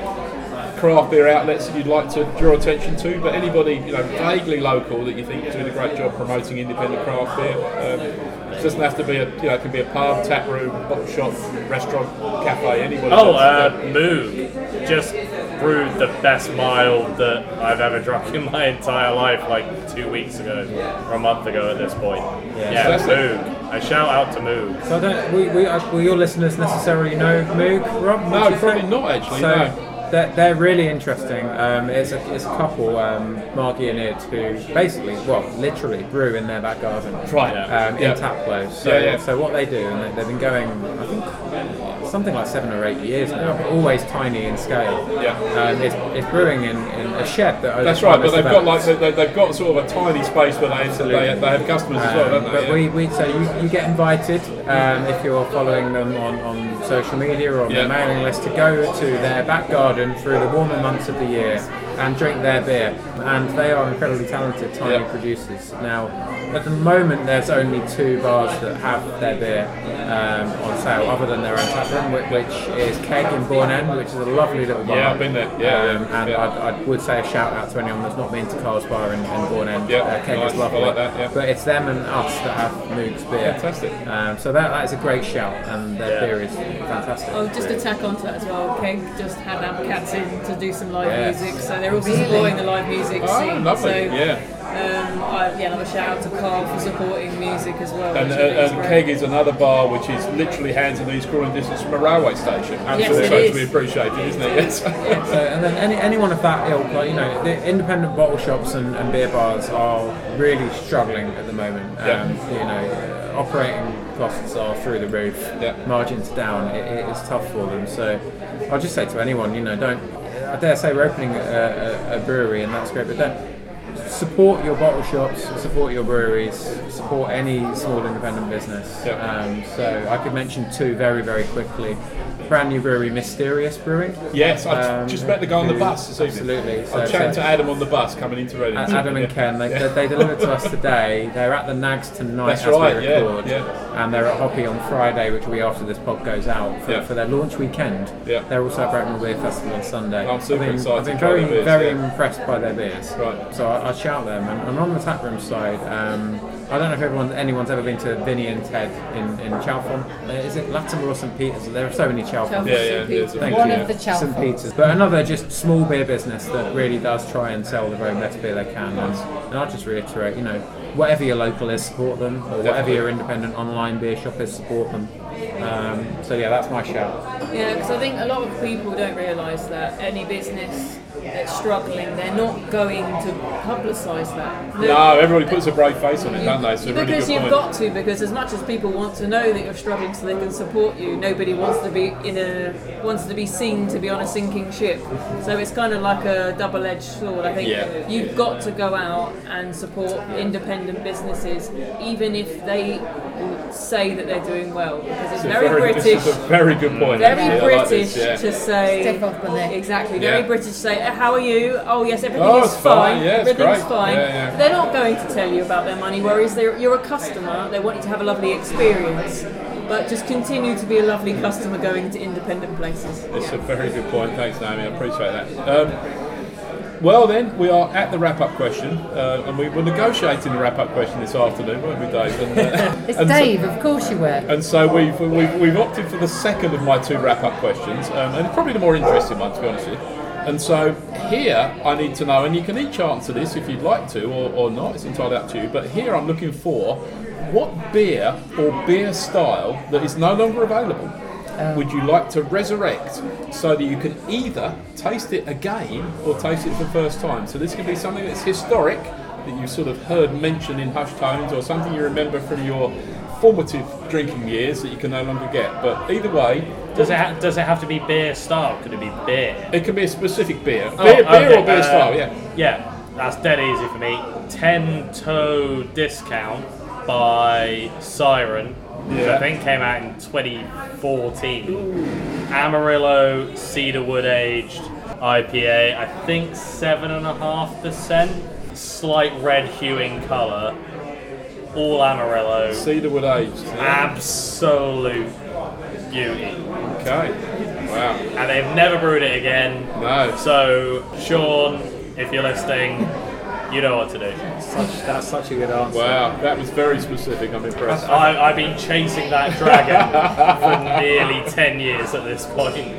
Speaker 1: craft beer outlets that you'd like to draw attention to. But anybody, you know, vaguely local that you think is doing a great job promoting independent craft beer. Um, it doesn't have to be a, you know, it can be a pub, tap room, bottle shop, restaurant, cafe, anybody.
Speaker 4: Oh, uh, Moog just brewed the best mild that I've ever drunk in my entire life, like two weeks ago or a month ago at this point. Yeah,
Speaker 2: Yeah.
Speaker 1: So that's
Speaker 4: Moog. A shout out to Moog.
Speaker 2: So I don't. We, we, uh, will your listeners necessarily know Moog, Rob? Would
Speaker 1: No,
Speaker 2: you
Speaker 1: probably
Speaker 2: say?
Speaker 1: not, actually,
Speaker 2: So
Speaker 1: no.
Speaker 2: They're, they're really interesting. Um, it's, a, it's a couple, um, Margie and Ed, who basically, well, literally brew in their back garden.
Speaker 1: Right.
Speaker 2: Um,
Speaker 1: Yeah.
Speaker 2: In Taplow. So,
Speaker 1: Yeah, yeah.
Speaker 2: so what they do, and they- they've been going, I think, something like seven or eight years now, but always tiny in scale.
Speaker 1: Yeah.
Speaker 2: Um, it's, it's brewing in, in a shed that.
Speaker 1: That's right, but they've got like they, they- they've got sort of a tiny space where they they, they have customers as well,
Speaker 2: Um,
Speaker 1: don't
Speaker 2: but
Speaker 1: they?
Speaker 2: we,
Speaker 1: Yeah.
Speaker 2: we so you, you get invited um, if you're following them on, on social media or on
Speaker 1: Yeah.
Speaker 2: their mailing list to go to their back garden through the warmer months of the year and drink their beer. And they are incredibly talented, tiny
Speaker 1: Yeah.
Speaker 2: producers. Now, at the moment, there's only two bars that have their beer um, on sale, other than their own tap room, whi- which is Keg in Bourne End, which is a lovely little bar.
Speaker 1: Yeah, I've been there. Yeah, yeah,
Speaker 2: um, and
Speaker 1: yeah.
Speaker 2: I, I would say a shout out to anyone that's not been to Carl's Bar in, in Bourne End.
Speaker 1: Yeah,
Speaker 2: uh, Keg
Speaker 1: nice. I
Speaker 2: is lovely.
Speaker 1: like that, yeah.
Speaker 2: But it's them and us that have Moog's beer.
Speaker 1: Fantastic.
Speaker 2: Um, so that, that is a great shout, and their
Speaker 4: Yeah.
Speaker 2: beer is fantastic.
Speaker 3: Oh, just to tack onto that as well, Keg just had Amcats in to do some live
Speaker 2: Yes.
Speaker 3: music, so they're all supporting the live music
Speaker 1: Oh,
Speaker 3: scene.
Speaker 1: lovely,
Speaker 3: So,
Speaker 1: yeah.
Speaker 3: Um, I, yeah, another shout out to Carl for supporting music as well.
Speaker 1: And, uh,
Speaker 3: which I think is
Speaker 1: and
Speaker 3: great.
Speaker 1: Keg is another bar which is literally hands and knees crawling distance from a railway station. That's
Speaker 3: Yes, it
Speaker 1: also to
Speaker 3: is.
Speaker 1: be appreciated, isn't it? Yes.
Speaker 2: So, and then any, anyone of that ilk, like, you know, the independent bottle shops and, and beer bars are really struggling at the moment. Um,
Speaker 1: Yeah.
Speaker 2: You know, operating costs are through the roof,
Speaker 1: Yeah.
Speaker 2: margins down. It, it is tough for them. So I'll just say to anyone, you know, don't. I dare say we're opening a, a, a brewery, and that's great, but don't. Support your bottle shops, support your breweries, support any small independent business.
Speaker 1: Yeah.
Speaker 2: Um, so I could mention two very, very quickly. Brand new brewery, Mysterious Brewing.
Speaker 1: yes, I
Speaker 2: Um,
Speaker 1: just met the guy on the
Speaker 2: who-
Speaker 1: bus this evening.
Speaker 2: Absolutely.
Speaker 1: I
Speaker 2: So-
Speaker 1: chatted
Speaker 2: so-
Speaker 1: to Adam on the bus coming into Reading.
Speaker 2: uh, Adam and Ken, they,
Speaker 1: Yeah.
Speaker 2: they delivered to us today. They're at the Nags tonight
Speaker 1: That's
Speaker 2: as
Speaker 1: right,
Speaker 2: we
Speaker 1: yeah,
Speaker 2: record,
Speaker 1: yeah.
Speaker 2: and they're at Hoppy on Friday, which will be after this pod goes out for,
Speaker 1: Yeah.
Speaker 2: for their launch weekend.
Speaker 1: Yeah.
Speaker 2: They're also at Bracknell Beer Festival on Sunday.
Speaker 1: I'm super
Speaker 2: I've been,
Speaker 1: excited
Speaker 2: I've been
Speaker 1: by
Speaker 2: very,
Speaker 1: their beers,
Speaker 2: very
Speaker 1: yeah.
Speaker 2: impressed by their beers.
Speaker 1: Right.
Speaker 2: So I, I shout them, and, and on the taproom side, um, I don't know if everyone, anyone's ever been to Vinny and Ted in in Chalfont. Uh, Is it Latimer or St Peter's? There are so many Chalfonts.
Speaker 3: Chalfont.
Speaker 1: yeah, yeah, there's a-
Speaker 3: Thank
Speaker 5: One
Speaker 1: yeah.
Speaker 5: of the
Speaker 2: St
Speaker 5: Chalfont.
Speaker 2: Peter's, but another just small beer business that really does try and sell the very best beer they can. And, and I'll just reiterate, you know, whatever your local is, support them, or whatever
Speaker 1: Definitely.
Speaker 2: your independent online beer shop is, support them. Um, so yeah, that's my shout.
Speaker 3: Yeah, because I think a lot of people don't realise that any business that's struggling, they're not going to publicise that.
Speaker 1: No, everybody puts a brave face on it,
Speaker 3: You-
Speaker 1: don't they? It's a really
Speaker 3: because
Speaker 1: good
Speaker 3: you've
Speaker 1: point.
Speaker 3: got to, because as much as people want to know that you're struggling so they can support you, nobody wants to be in a wants to be seen to be on a sinking ship. So it's kind of like a double-edged sword. I think
Speaker 1: Yeah.
Speaker 3: you've got to go out and support independent businesses, even if they say that they're doing well, because it's,
Speaker 1: It's a
Speaker 3: very,
Speaker 1: this
Speaker 3: British.
Speaker 1: is a very good point.
Speaker 3: Very
Speaker 1: actually. I like
Speaker 3: British
Speaker 1: this, yeah.
Speaker 3: to say.
Speaker 5: Step off my neck.
Speaker 3: Exactly.
Speaker 1: Yeah.
Speaker 3: Very British to say, "Uh, how are you? Oh, yes, everything
Speaker 1: Oh,
Speaker 3: is
Speaker 1: it's fine.
Speaker 3: fine.
Speaker 1: Yeah, it's
Speaker 3: Everything's
Speaker 1: great.
Speaker 3: fine.
Speaker 1: Yeah, yeah.
Speaker 3: They're not going to tell you about their money, whereas they're, you're a customer. They want you to have a lovely experience. But just continue to be a lovely customer going to independent places.
Speaker 1: It's a very good point. Thanks, Naomi. I appreciate that. Um, Well, then, we are at the wrap up question, uh, and we were negotiating the wrap up question this afternoon, weren't we, Dave? And, uh,
Speaker 5: It's
Speaker 1: and so-
Speaker 5: Dave, of course you were.
Speaker 1: and so we've, we've, we've opted for the second of my two wrap up questions, um, and probably the more interesting one, to be honest with you. And so here I need to know, and you can each answer this if you'd like to or, or not, it's entirely up to you, but here I'm looking for what beer or beer style that is no longer available would you like to resurrect so that you can either taste it again or taste it for the first time? So this could be something that's historic that you sort of heard mentioned in hushed tones or something you remember from your formative drinking years that you can no longer get. But either way,
Speaker 6: Does it ha- does it have to be beer style? Could it be beer?
Speaker 1: it can be a specific beer. Beer,
Speaker 6: Oh,
Speaker 1: beer
Speaker 6: okay,
Speaker 1: or beer
Speaker 6: uh,
Speaker 1: style, yeah.
Speaker 6: Yeah, that's dead easy for me. Ten toe discount by Siren, which
Speaker 1: Yeah.
Speaker 6: I think came out in 2014. Amarillo cedarwood aged IPA. I think seven and a half percent. Slight red hueing colour. All Amarillo.
Speaker 1: Cedarwood aged.
Speaker 6: Ah.
Speaker 1: yeah.
Speaker 6: Absolute beauty.
Speaker 1: Okay. Wow.
Speaker 6: and they've never brewed it again.
Speaker 1: No.
Speaker 6: So, Sean, if you're listening, you know what to do.
Speaker 2: Such, that's such a good answer.
Speaker 1: Wow. That was very specific. I'm impressed.
Speaker 6: I, I've been chasing that dragon for nearly 10 years at this point.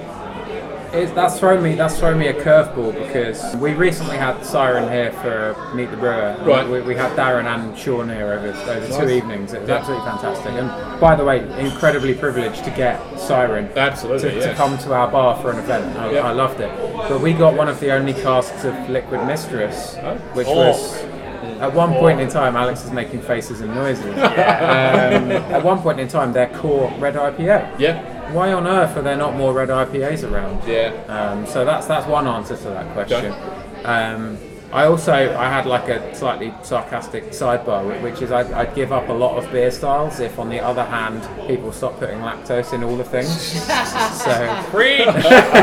Speaker 2: It, that's thrown me. That's thrown me a curveball because we recently had Siren here for Meet the Brewer. and
Speaker 1: Right.
Speaker 2: We, we had Darren and Sean here over, over two evenings. It was
Speaker 1: Yeah.
Speaker 2: absolutely fantastic. And by the way, incredibly privileged to get Siren
Speaker 1: Absolutely,
Speaker 2: to, to
Speaker 1: yes.
Speaker 2: come to our bar for an event. I,
Speaker 1: Yeah.
Speaker 2: I loved it. But we got one of the only casks of Liquid Mistress,
Speaker 1: Oh.
Speaker 2: which
Speaker 6: Oh.
Speaker 2: was. At one point in time, Alex is making faces and noises. Um, at one point in time, their core red IPA.
Speaker 1: Yeah.
Speaker 2: Why on earth are there not more red IPAs around?
Speaker 1: Yeah.
Speaker 2: Um, so that's that's one answer to that question. Um, I also I had like a slightly sarcastic sidebar, whi- which is I'd, I'd give up a lot of beer styles if, on the other hand, people stop putting lactose in all the things. so
Speaker 6: Preach!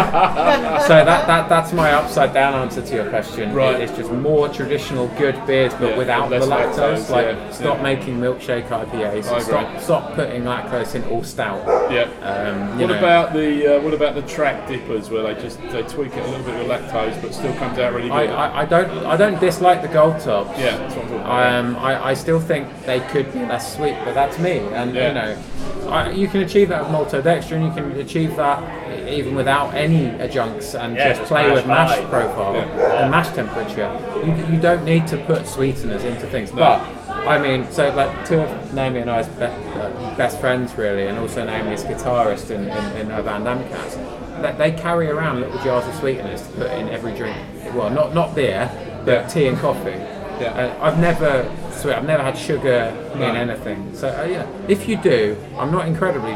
Speaker 2: so that, that that's my upside down answer to your question.
Speaker 1: Right.
Speaker 2: It- It's just more traditional good beers, but
Speaker 1: Yeah,
Speaker 2: without the
Speaker 1: less
Speaker 2: lactose.
Speaker 1: lactose,
Speaker 2: like
Speaker 1: yeah,
Speaker 2: stop
Speaker 1: yeah.
Speaker 2: making milkshake IPAs.
Speaker 1: I agree.
Speaker 2: Stop stop putting lactose in all stout.
Speaker 1: Yeah.
Speaker 6: Uh,
Speaker 2: Um, you
Speaker 1: What
Speaker 2: know.
Speaker 1: about the uh, what about the track dippers where they just they tweak it a little bit with lactose but still comes out really
Speaker 2: I,
Speaker 1: good?
Speaker 2: I, I don't I don't dislike the gold tops.
Speaker 1: yeah, that's what I'm talking about.
Speaker 2: Um, I, I still think they could be less sweet, but that's me. And
Speaker 1: Yeah.
Speaker 2: you know, I, you can achieve that with maltodextrin, and you can achieve that even without any adjuncts and
Speaker 6: Yeah,
Speaker 2: just
Speaker 6: just
Speaker 2: play
Speaker 6: mash
Speaker 2: with mash
Speaker 6: high.
Speaker 2: profile and mash temperature. You, you don't need to put sweeteners into things. But I mean, so like two of Naomi and I's be- uh, best friends really, and also Naomi's guitarist in, in, in her band Amcats. That they carry around little jars of sweeteners to put in every drink. Well, not not beer, but
Speaker 1: Yeah.
Speaker 2: tea and coffee.
Speaker 1: Yeah.
Speaker 2: Uh, I've never sweet. I've never had sugar in anything. So uh, yeah, if you do, I'm not incredibly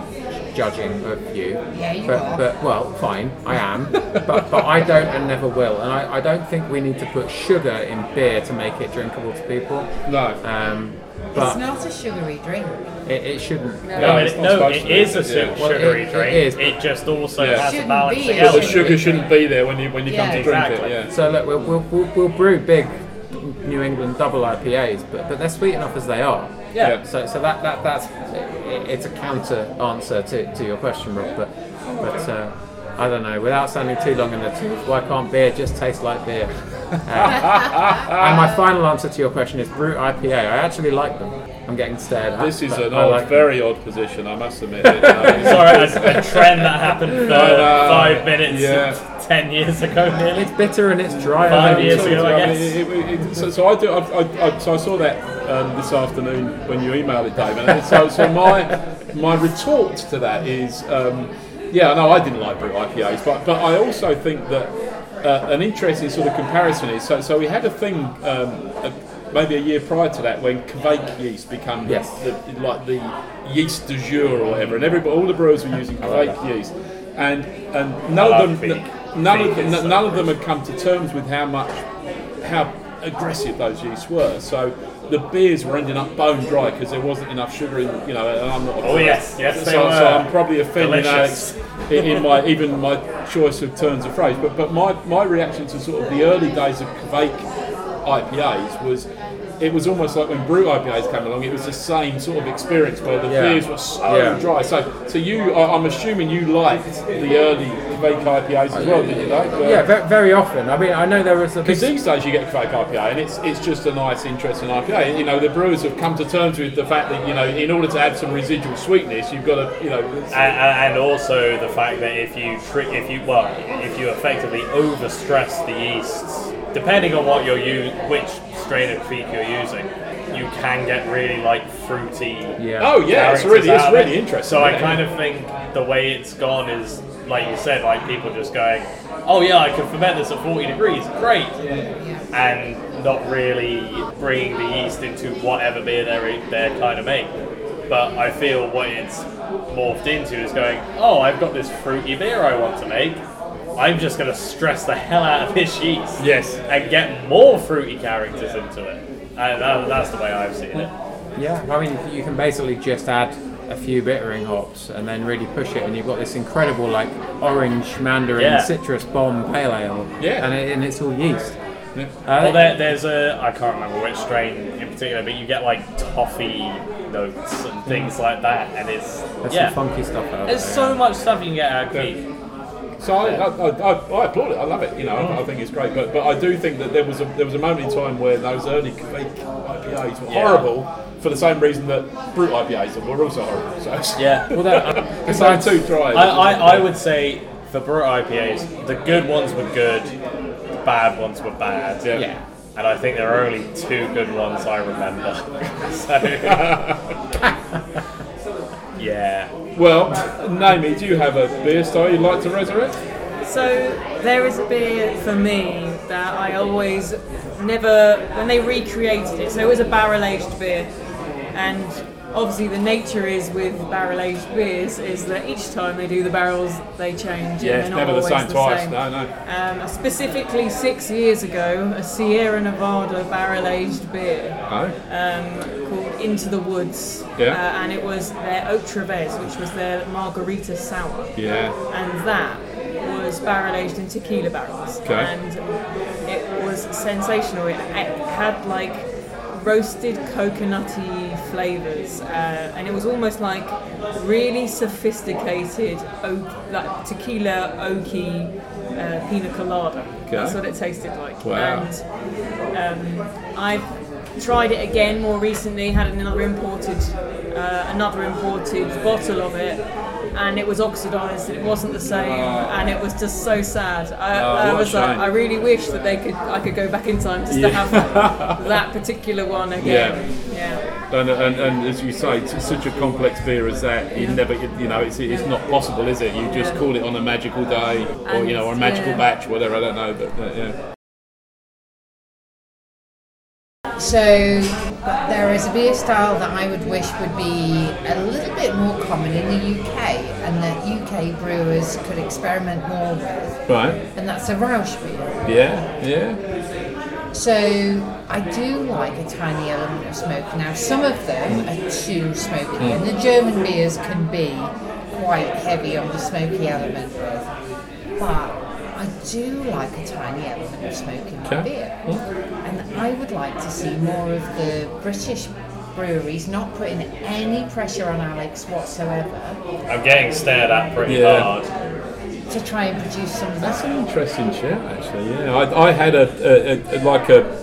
Speaker 2: judging of you.
Speaker 5: Yeah, you
Speaker 2: but,
Speaker 5: are.
Speaker 2: But well, fine, I am. but but I don't and never will. And I, I don't think we need to put sugar in beer to make it drinkable to people.
Speaker 1: no.
Speaker 6: Uh,
Speaker 2: Um,
Speaker 5: It's
Speaker 2: but
Speaker 5: not a sugary drink.
Speaker 2: it, it shouldn't.
Speaker 6: No,
Speaker 1: it's
Speaker 6: it,
Speaker 1: not
Speaker 6: no,
Speaker 1: supposed
Speaker 6: it
Speaker 1: to be,
Speaker 6: is a
Speaker 1: is
Speaker 6: su-
Speaker 1: it?
Speaker 2: Well,
Speaker 6: sugary
Speaker 2: it- it
Speaker 6: drink.
Speaker 2: is, but-
Speaker 6: it just also
Speaker 1: Yeah.
Speaker 6: has a
Speaker 5: Shouldn't
Speaker 6: balancing
Speaker 1: But
Speaker 5: be,
Speaker 1: the
Speaker 5: it
Speaker 6: element.
Speaker 5: should-
Speaker 1: sugar shouldn't be there when you when you come
Speaker 5: Yeah,
Speaker 1: to drink
Speaker 6: exactly.
Speaker 1: it. Yeah.
Speaker 2: So look, we'll, we'll, we'll, we'll brew big New England double IPAs, but but they're sweet enough as they are.
Speaker 1: Yeah.
Speaker 2: So so that, that that's it, it's a counter answer to, to your question, Rob. But but uh, I don't know. Without sounding too long in the tooth, why can't beer just taste like beer? Uh, and my final answer to your question is brew IPA. I actually like them. I'm getting stared at.
Speaker 1: This is
Speaker 2: but
Speaker 1: an
Speaker 2: I
Speaker 1: odd,
Speaker 2: like them.
Speaker 1: very odd position, I must admit. It, no,
Speaker 6: Sorry, that's a trend that happened for
Speaker 1: no,
Speaker 6: five minutes,
Speaker 1: yeah.
Speaker 6: 10 years ago nearly.
Speaker 2: It's bitter and it's dry. I
Speaker 6: Five
Speaker 2: don't
Speaker 6: years
Speaker 2: talk
Speaker 6: ago.
Speaker 2: to-
Speaker 6: I
Speaker 1: I mean,
Speaker 6: guess.
Speaker 1: it- it- it- so, so I do. I, I, I, so I saw that um, this afternoon when you emailed it, David. And so, so my my retort to that is, um, yeah, no, I didn't like brew IPAs, but but I also think that uh, an interesting sort of comparison is. So, so we had a thing. Um, a, Maybe a year prior to that, when Kveik yeast became
Speaker 2: Yes.
Speaker 1: the, the, like the yeast du jour or whatever, and everybody, all the brewers were using Kveik yeast, and and none
Speaker 6: I
Speaker 1: of them,
Speaker 6: love
Speaker 1: n-
Speaker 6: Kveik.
Speaker 1: none of
Speaker 6: Kveik
Speaker 1: them,
Speaker 6: is so
Speaker 1: none of them had come to terms with how much, how aggressive those yeasts were. So the beers were ending up bone dry because there wasn't enough sugar in. You know, and I'm not. A
Speaker 6: Oh, yes, yes,
Speaker 1: so,
Speaker 6: they
Speaker 1: so
Speaker 6: were.
Speaker 1: I'm probably offending
Speaker 6: Delicious.
Speaker 1: Alex in, in my even my choice of turns of phrase. But but my my reaction to sort of the early days of Kvake IPAs was. it was almost like when brew IPAs came along, it was the same sort of experience where the
Speaker 2: Yeah.
Speaker 1: beers were so
Speaker 2: Yeah.
Speaker 1: dry. So, so you, I, I'm assuming you liked the early fake IPAs as well, did you? Like, uh?
Speaker 2: Yeah, ve- very often. I mean, I know there was a big
Speaker 1: because these days you get fake IPA, and it's it's just a nice, interesting IPA. You know, the brewers have come to terms with the fact that you know, in order to add some residual sweetness, you've got to, you know,
Speaker 4: And, and and also the fact that if you tri- if you well if you effectively overstress the yeasts, depending on what you're u- which strain of feed you're using, you can get really like fruity.
Speaker 2: Yeah.
Speaker 1: oh yeah, it's
Speaker 4: characters
Speaker 1: really
Speaker 4: out
Speaker 1: it's
Speaker 4: of
Speaker 1: really
Speaker 4: it.
Speaker 1: interesting.
Speaker 4: So I
Speaker 1: yeah.
Speaker 4: kind of think the way it's gone is like you said, like people just going, oh yeah, I can ferment this at 40 degrees, great, and not really bringing the yeast into whatever beer they're, they're kind of make. But I feel what it's morphed into is going, oh, I've got this fruity beer I want to make. I'm just going to stress the hell out of this yeast
Speaker 1: Yes.
Speaker 4: and get more fruity characters into it. And that, that's the way I've seen it.
Speaker 2: Yeah, I mean, you can basically just add a few bittering hops and then really push it, and you've got this incredible like orange mandarin
Speaker 4: Yeah.
Speaker 2: citrus bomb pale ale.
Speaker 1: Yeah.
Speaker 2: and, it, and it's all yeast.
Speaker 1: Yeah.
Speaker 2: Uh,
Speaker 4: Well, there, there's a I can't remember which strain in particular, but you get like toffee notes and things like that, and it's
Speaker 2: there's
Speaker 4: yeah.
Speaker 2: some funky stuff out
Speaker 4: There's
Speaker 2: there.
Speaker 4: so much stuff you can get out of Keith.
Speaker 1: So I, I, I, I applaud it. I love it. You know, I, I think it's great. But but I do think that there was a there was a moment in time where those early fake IPAs were
Speaker 4: Yeah.
Speaker 1: horrible for the same reason that brute IPAs were also horrible. So
Speaker 4: Yeah.
Speaker 2: Well, that,
Speaker 1: because they too dry.
Speaker 4: I, I, I would say for brew IPAs, the good ones were good, the bad ones were bad.
Speaker 1: Yeah.
Speaker 2: yeah,
Speaker 4: And I think there are only two good ones I remember. so yeah.
Speaker 1: Well, Naomi, do you have a beer style you'd like to resurrect?
Speaker 3: So there is a beer for me that I always never when they recreated it. So it was a barrel aged beer, and obviously the nature is with barrel aged beers is that each time they do the barrels they change.
Speaker 1: Yeah,
Speaker 3: and
Speaker 1: it's
Speaker 3: they're not
Speaker 1: never the
Speaker 3: always
Speaker 1: same twice.
Speaker 3: same.
Speaker 1: No, no.
Speaker 3: Um, specifically six years ago, a Sierra Nevada barrel aged beer
Speaker 1: No.
Speaker 3: um, called Into the Woods,
Speaker 1: Yeah.
Speaker 3: uh, and it was their Oak Treves, which was their margarita sour
Speaker 1: Yeah.
Speaker 3: and that was barrel aged in tequila barrels.
Speaker 1: Okay.
Speaker 3: And it was sensational. It, it had like roasted coconutty flavours, uh, and it was almost like really sophisticated oak, like tequila oaky uh, pina colada. That's
Speaker 1: Okay.
Speaker 3: what it tasted like.
Speaker 1: Wow.
Speaker 3: And I've tried it again more recently. Had another imported, uh, another imported bottle of it, and it was oxidised. It wasn't the same, and it was just so sad. I,
Speaker 1: Oh,
Speaker 3: I
Speaker 1: what a
Speaker 3: was like,
Speaker 1: shame.
Speaker 3: I really wish that they could, I could go back in time just
Speaker 1: Yeah.
Speaker 3: to have that, that particular one again. Yeah.
Speaker 1: And, and, and as you say, it's such a complex beer as that, you never, you know, it's, it's not possible, is it? You just
Speaker 3: Yeah.
Speaker 1: call it on a magical day, or you know, or a
Speaker 3: And,
Speaker 1: magical
Speaker 3: yeah.
Speaker 1: batch, whatever. I don't know, but uh, yeah.
Speaker 5: So but there is a beer style that I would wish would be a little bit more common in the UK and that UK brewers could experiment more with,
Speaker 1: Right.
Speaker 5: and that's a Rausch beer.
Speaker 1: Yeah. Yeah.
Speaker 5: So I do like a tiny element of smoke. Now some of them are too smoky, and the German beers can be quite heavy on the smoky element with, but I do like a tiny element of smoke in my
Speaker 1: Okay.
Speaker 5: beer. And I would like to see more of the British breweries not putting any pressure on Alex whatsoever
Speaker 4: I'm getting stared at pretty
Speaker 1: Yeah.
Speaker 4: hard.
Speaker 5: to try and produce some of
Speaker 1: That's
Speaker 5: that.
Speaker 1: an interesting shout, actually. Yeah, I, I had a, a, a like a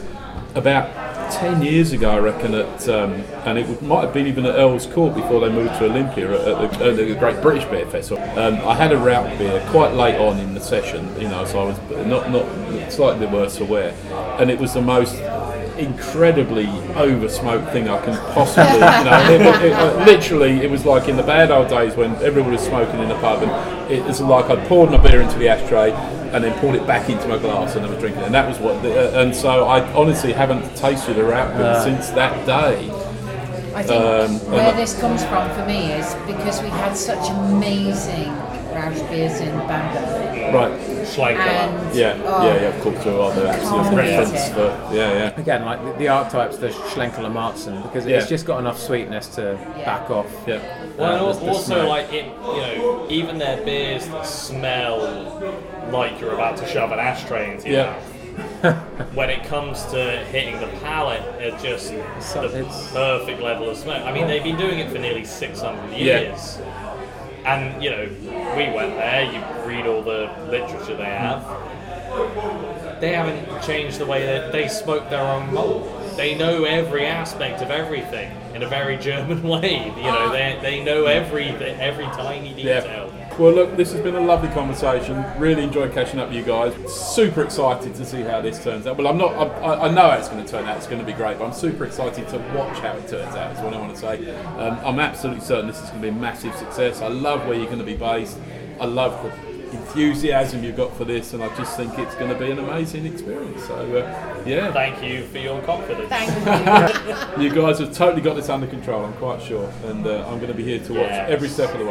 Speaker 1: about ten years ago, I reckon, at um, and it would, might have been even at Earl's Court before they moved to Olympia at the, at the Great British Beer Festival. Um, I had a route beer quite late on in the session, you know, so I was not not slightly worse aware, and it was the most incredibly over smoked thing I can possibly. you know, it, it, it, uh, literally, it was like in the bad old days when everyone was smoking in the pub, and it was like I poured my beer into the ashtray and then poured it back into my glass and I was drinking it. And that was what. The, uh, and so I honestly haven't tasted a rap beer since that day.
Speaker 5: I think
Speaker 1: Um,
Speaker 5: where
Speaker 1: and-
Speaker 5: this comes from for me is because we had such amazing Rausch beers in Bamberg.
Speaker 1: Right.
Speaker 4: Schlenker.
Speaker 5: And
Speaker 1: Yeah.
Speaker 5: oh,
Speaker 1: Yeah. Yeah. Of course, there are the absolute
Speaker 5: Can't beat
Speaker 1: reference
Speaker 5: it.
Speaker 1: for. Yeah. Yeah.
Speaker 2: again, like the, the archetypes, the Schlenkel and Martzen, because
Speaker 1: Yeah.
Speaker 2: it's just got enough sweetness to back off.
Speaker 1: Yeah.
Speaker 4: Well, and
Speaker 2: Uh,
Speaker 4: al-
Speaker 2: the- the
Speaker 4: also,
Speaker 2: smoke.
Speaker 4: like, it, you know, even their beers that smell like you're about to shove an ashtray into your
Speaker 1: Yeah.
Speaker 4: mouth. when it comes to hitting the palate, it's just
Speaker 2: So
Speaker 4: the
Speaker 2: it's-
Speaker 4: perfect level of smoke. I mean, they've been doing it for nearly 600
Speaker 2: Yeah.
Speaker 4: years. And, you know, we went there, you read all the literature they
Speaker 2: Hmm.
Speaker 4: have. They haven't changed the way that they smoke their own malt. They know every aspect of everything in a very German way. You know, they, they know every, every tiny
Speaker 1: Yeah.
Speaker 4: detail.
Speaker 1: Well, look, this has been a lovely conversation. Really enjoyed catching up with you guys. Super excited to see how this turns out. Well, I'm not. I, I- I know how it's going to turn out. It's going to be great. But I'm super excited to watch how it turns out. Is what I want to say. Um, I'm absolutely certain this is going to be a massive success. I love where you're going to be based. I love the enthusiasm you've got for this, and I just think it's going to be an amazing experience. So, uh, yeah.
Speaker 4: Thank you for your confidence.
Speaker 5: Thank you.
Speaker 1: You guys have totally got this under control, I'm quite sure. And uh, I'm going to be here to watch
Speaker 4: Yes.
Speaker 1: every step of the way.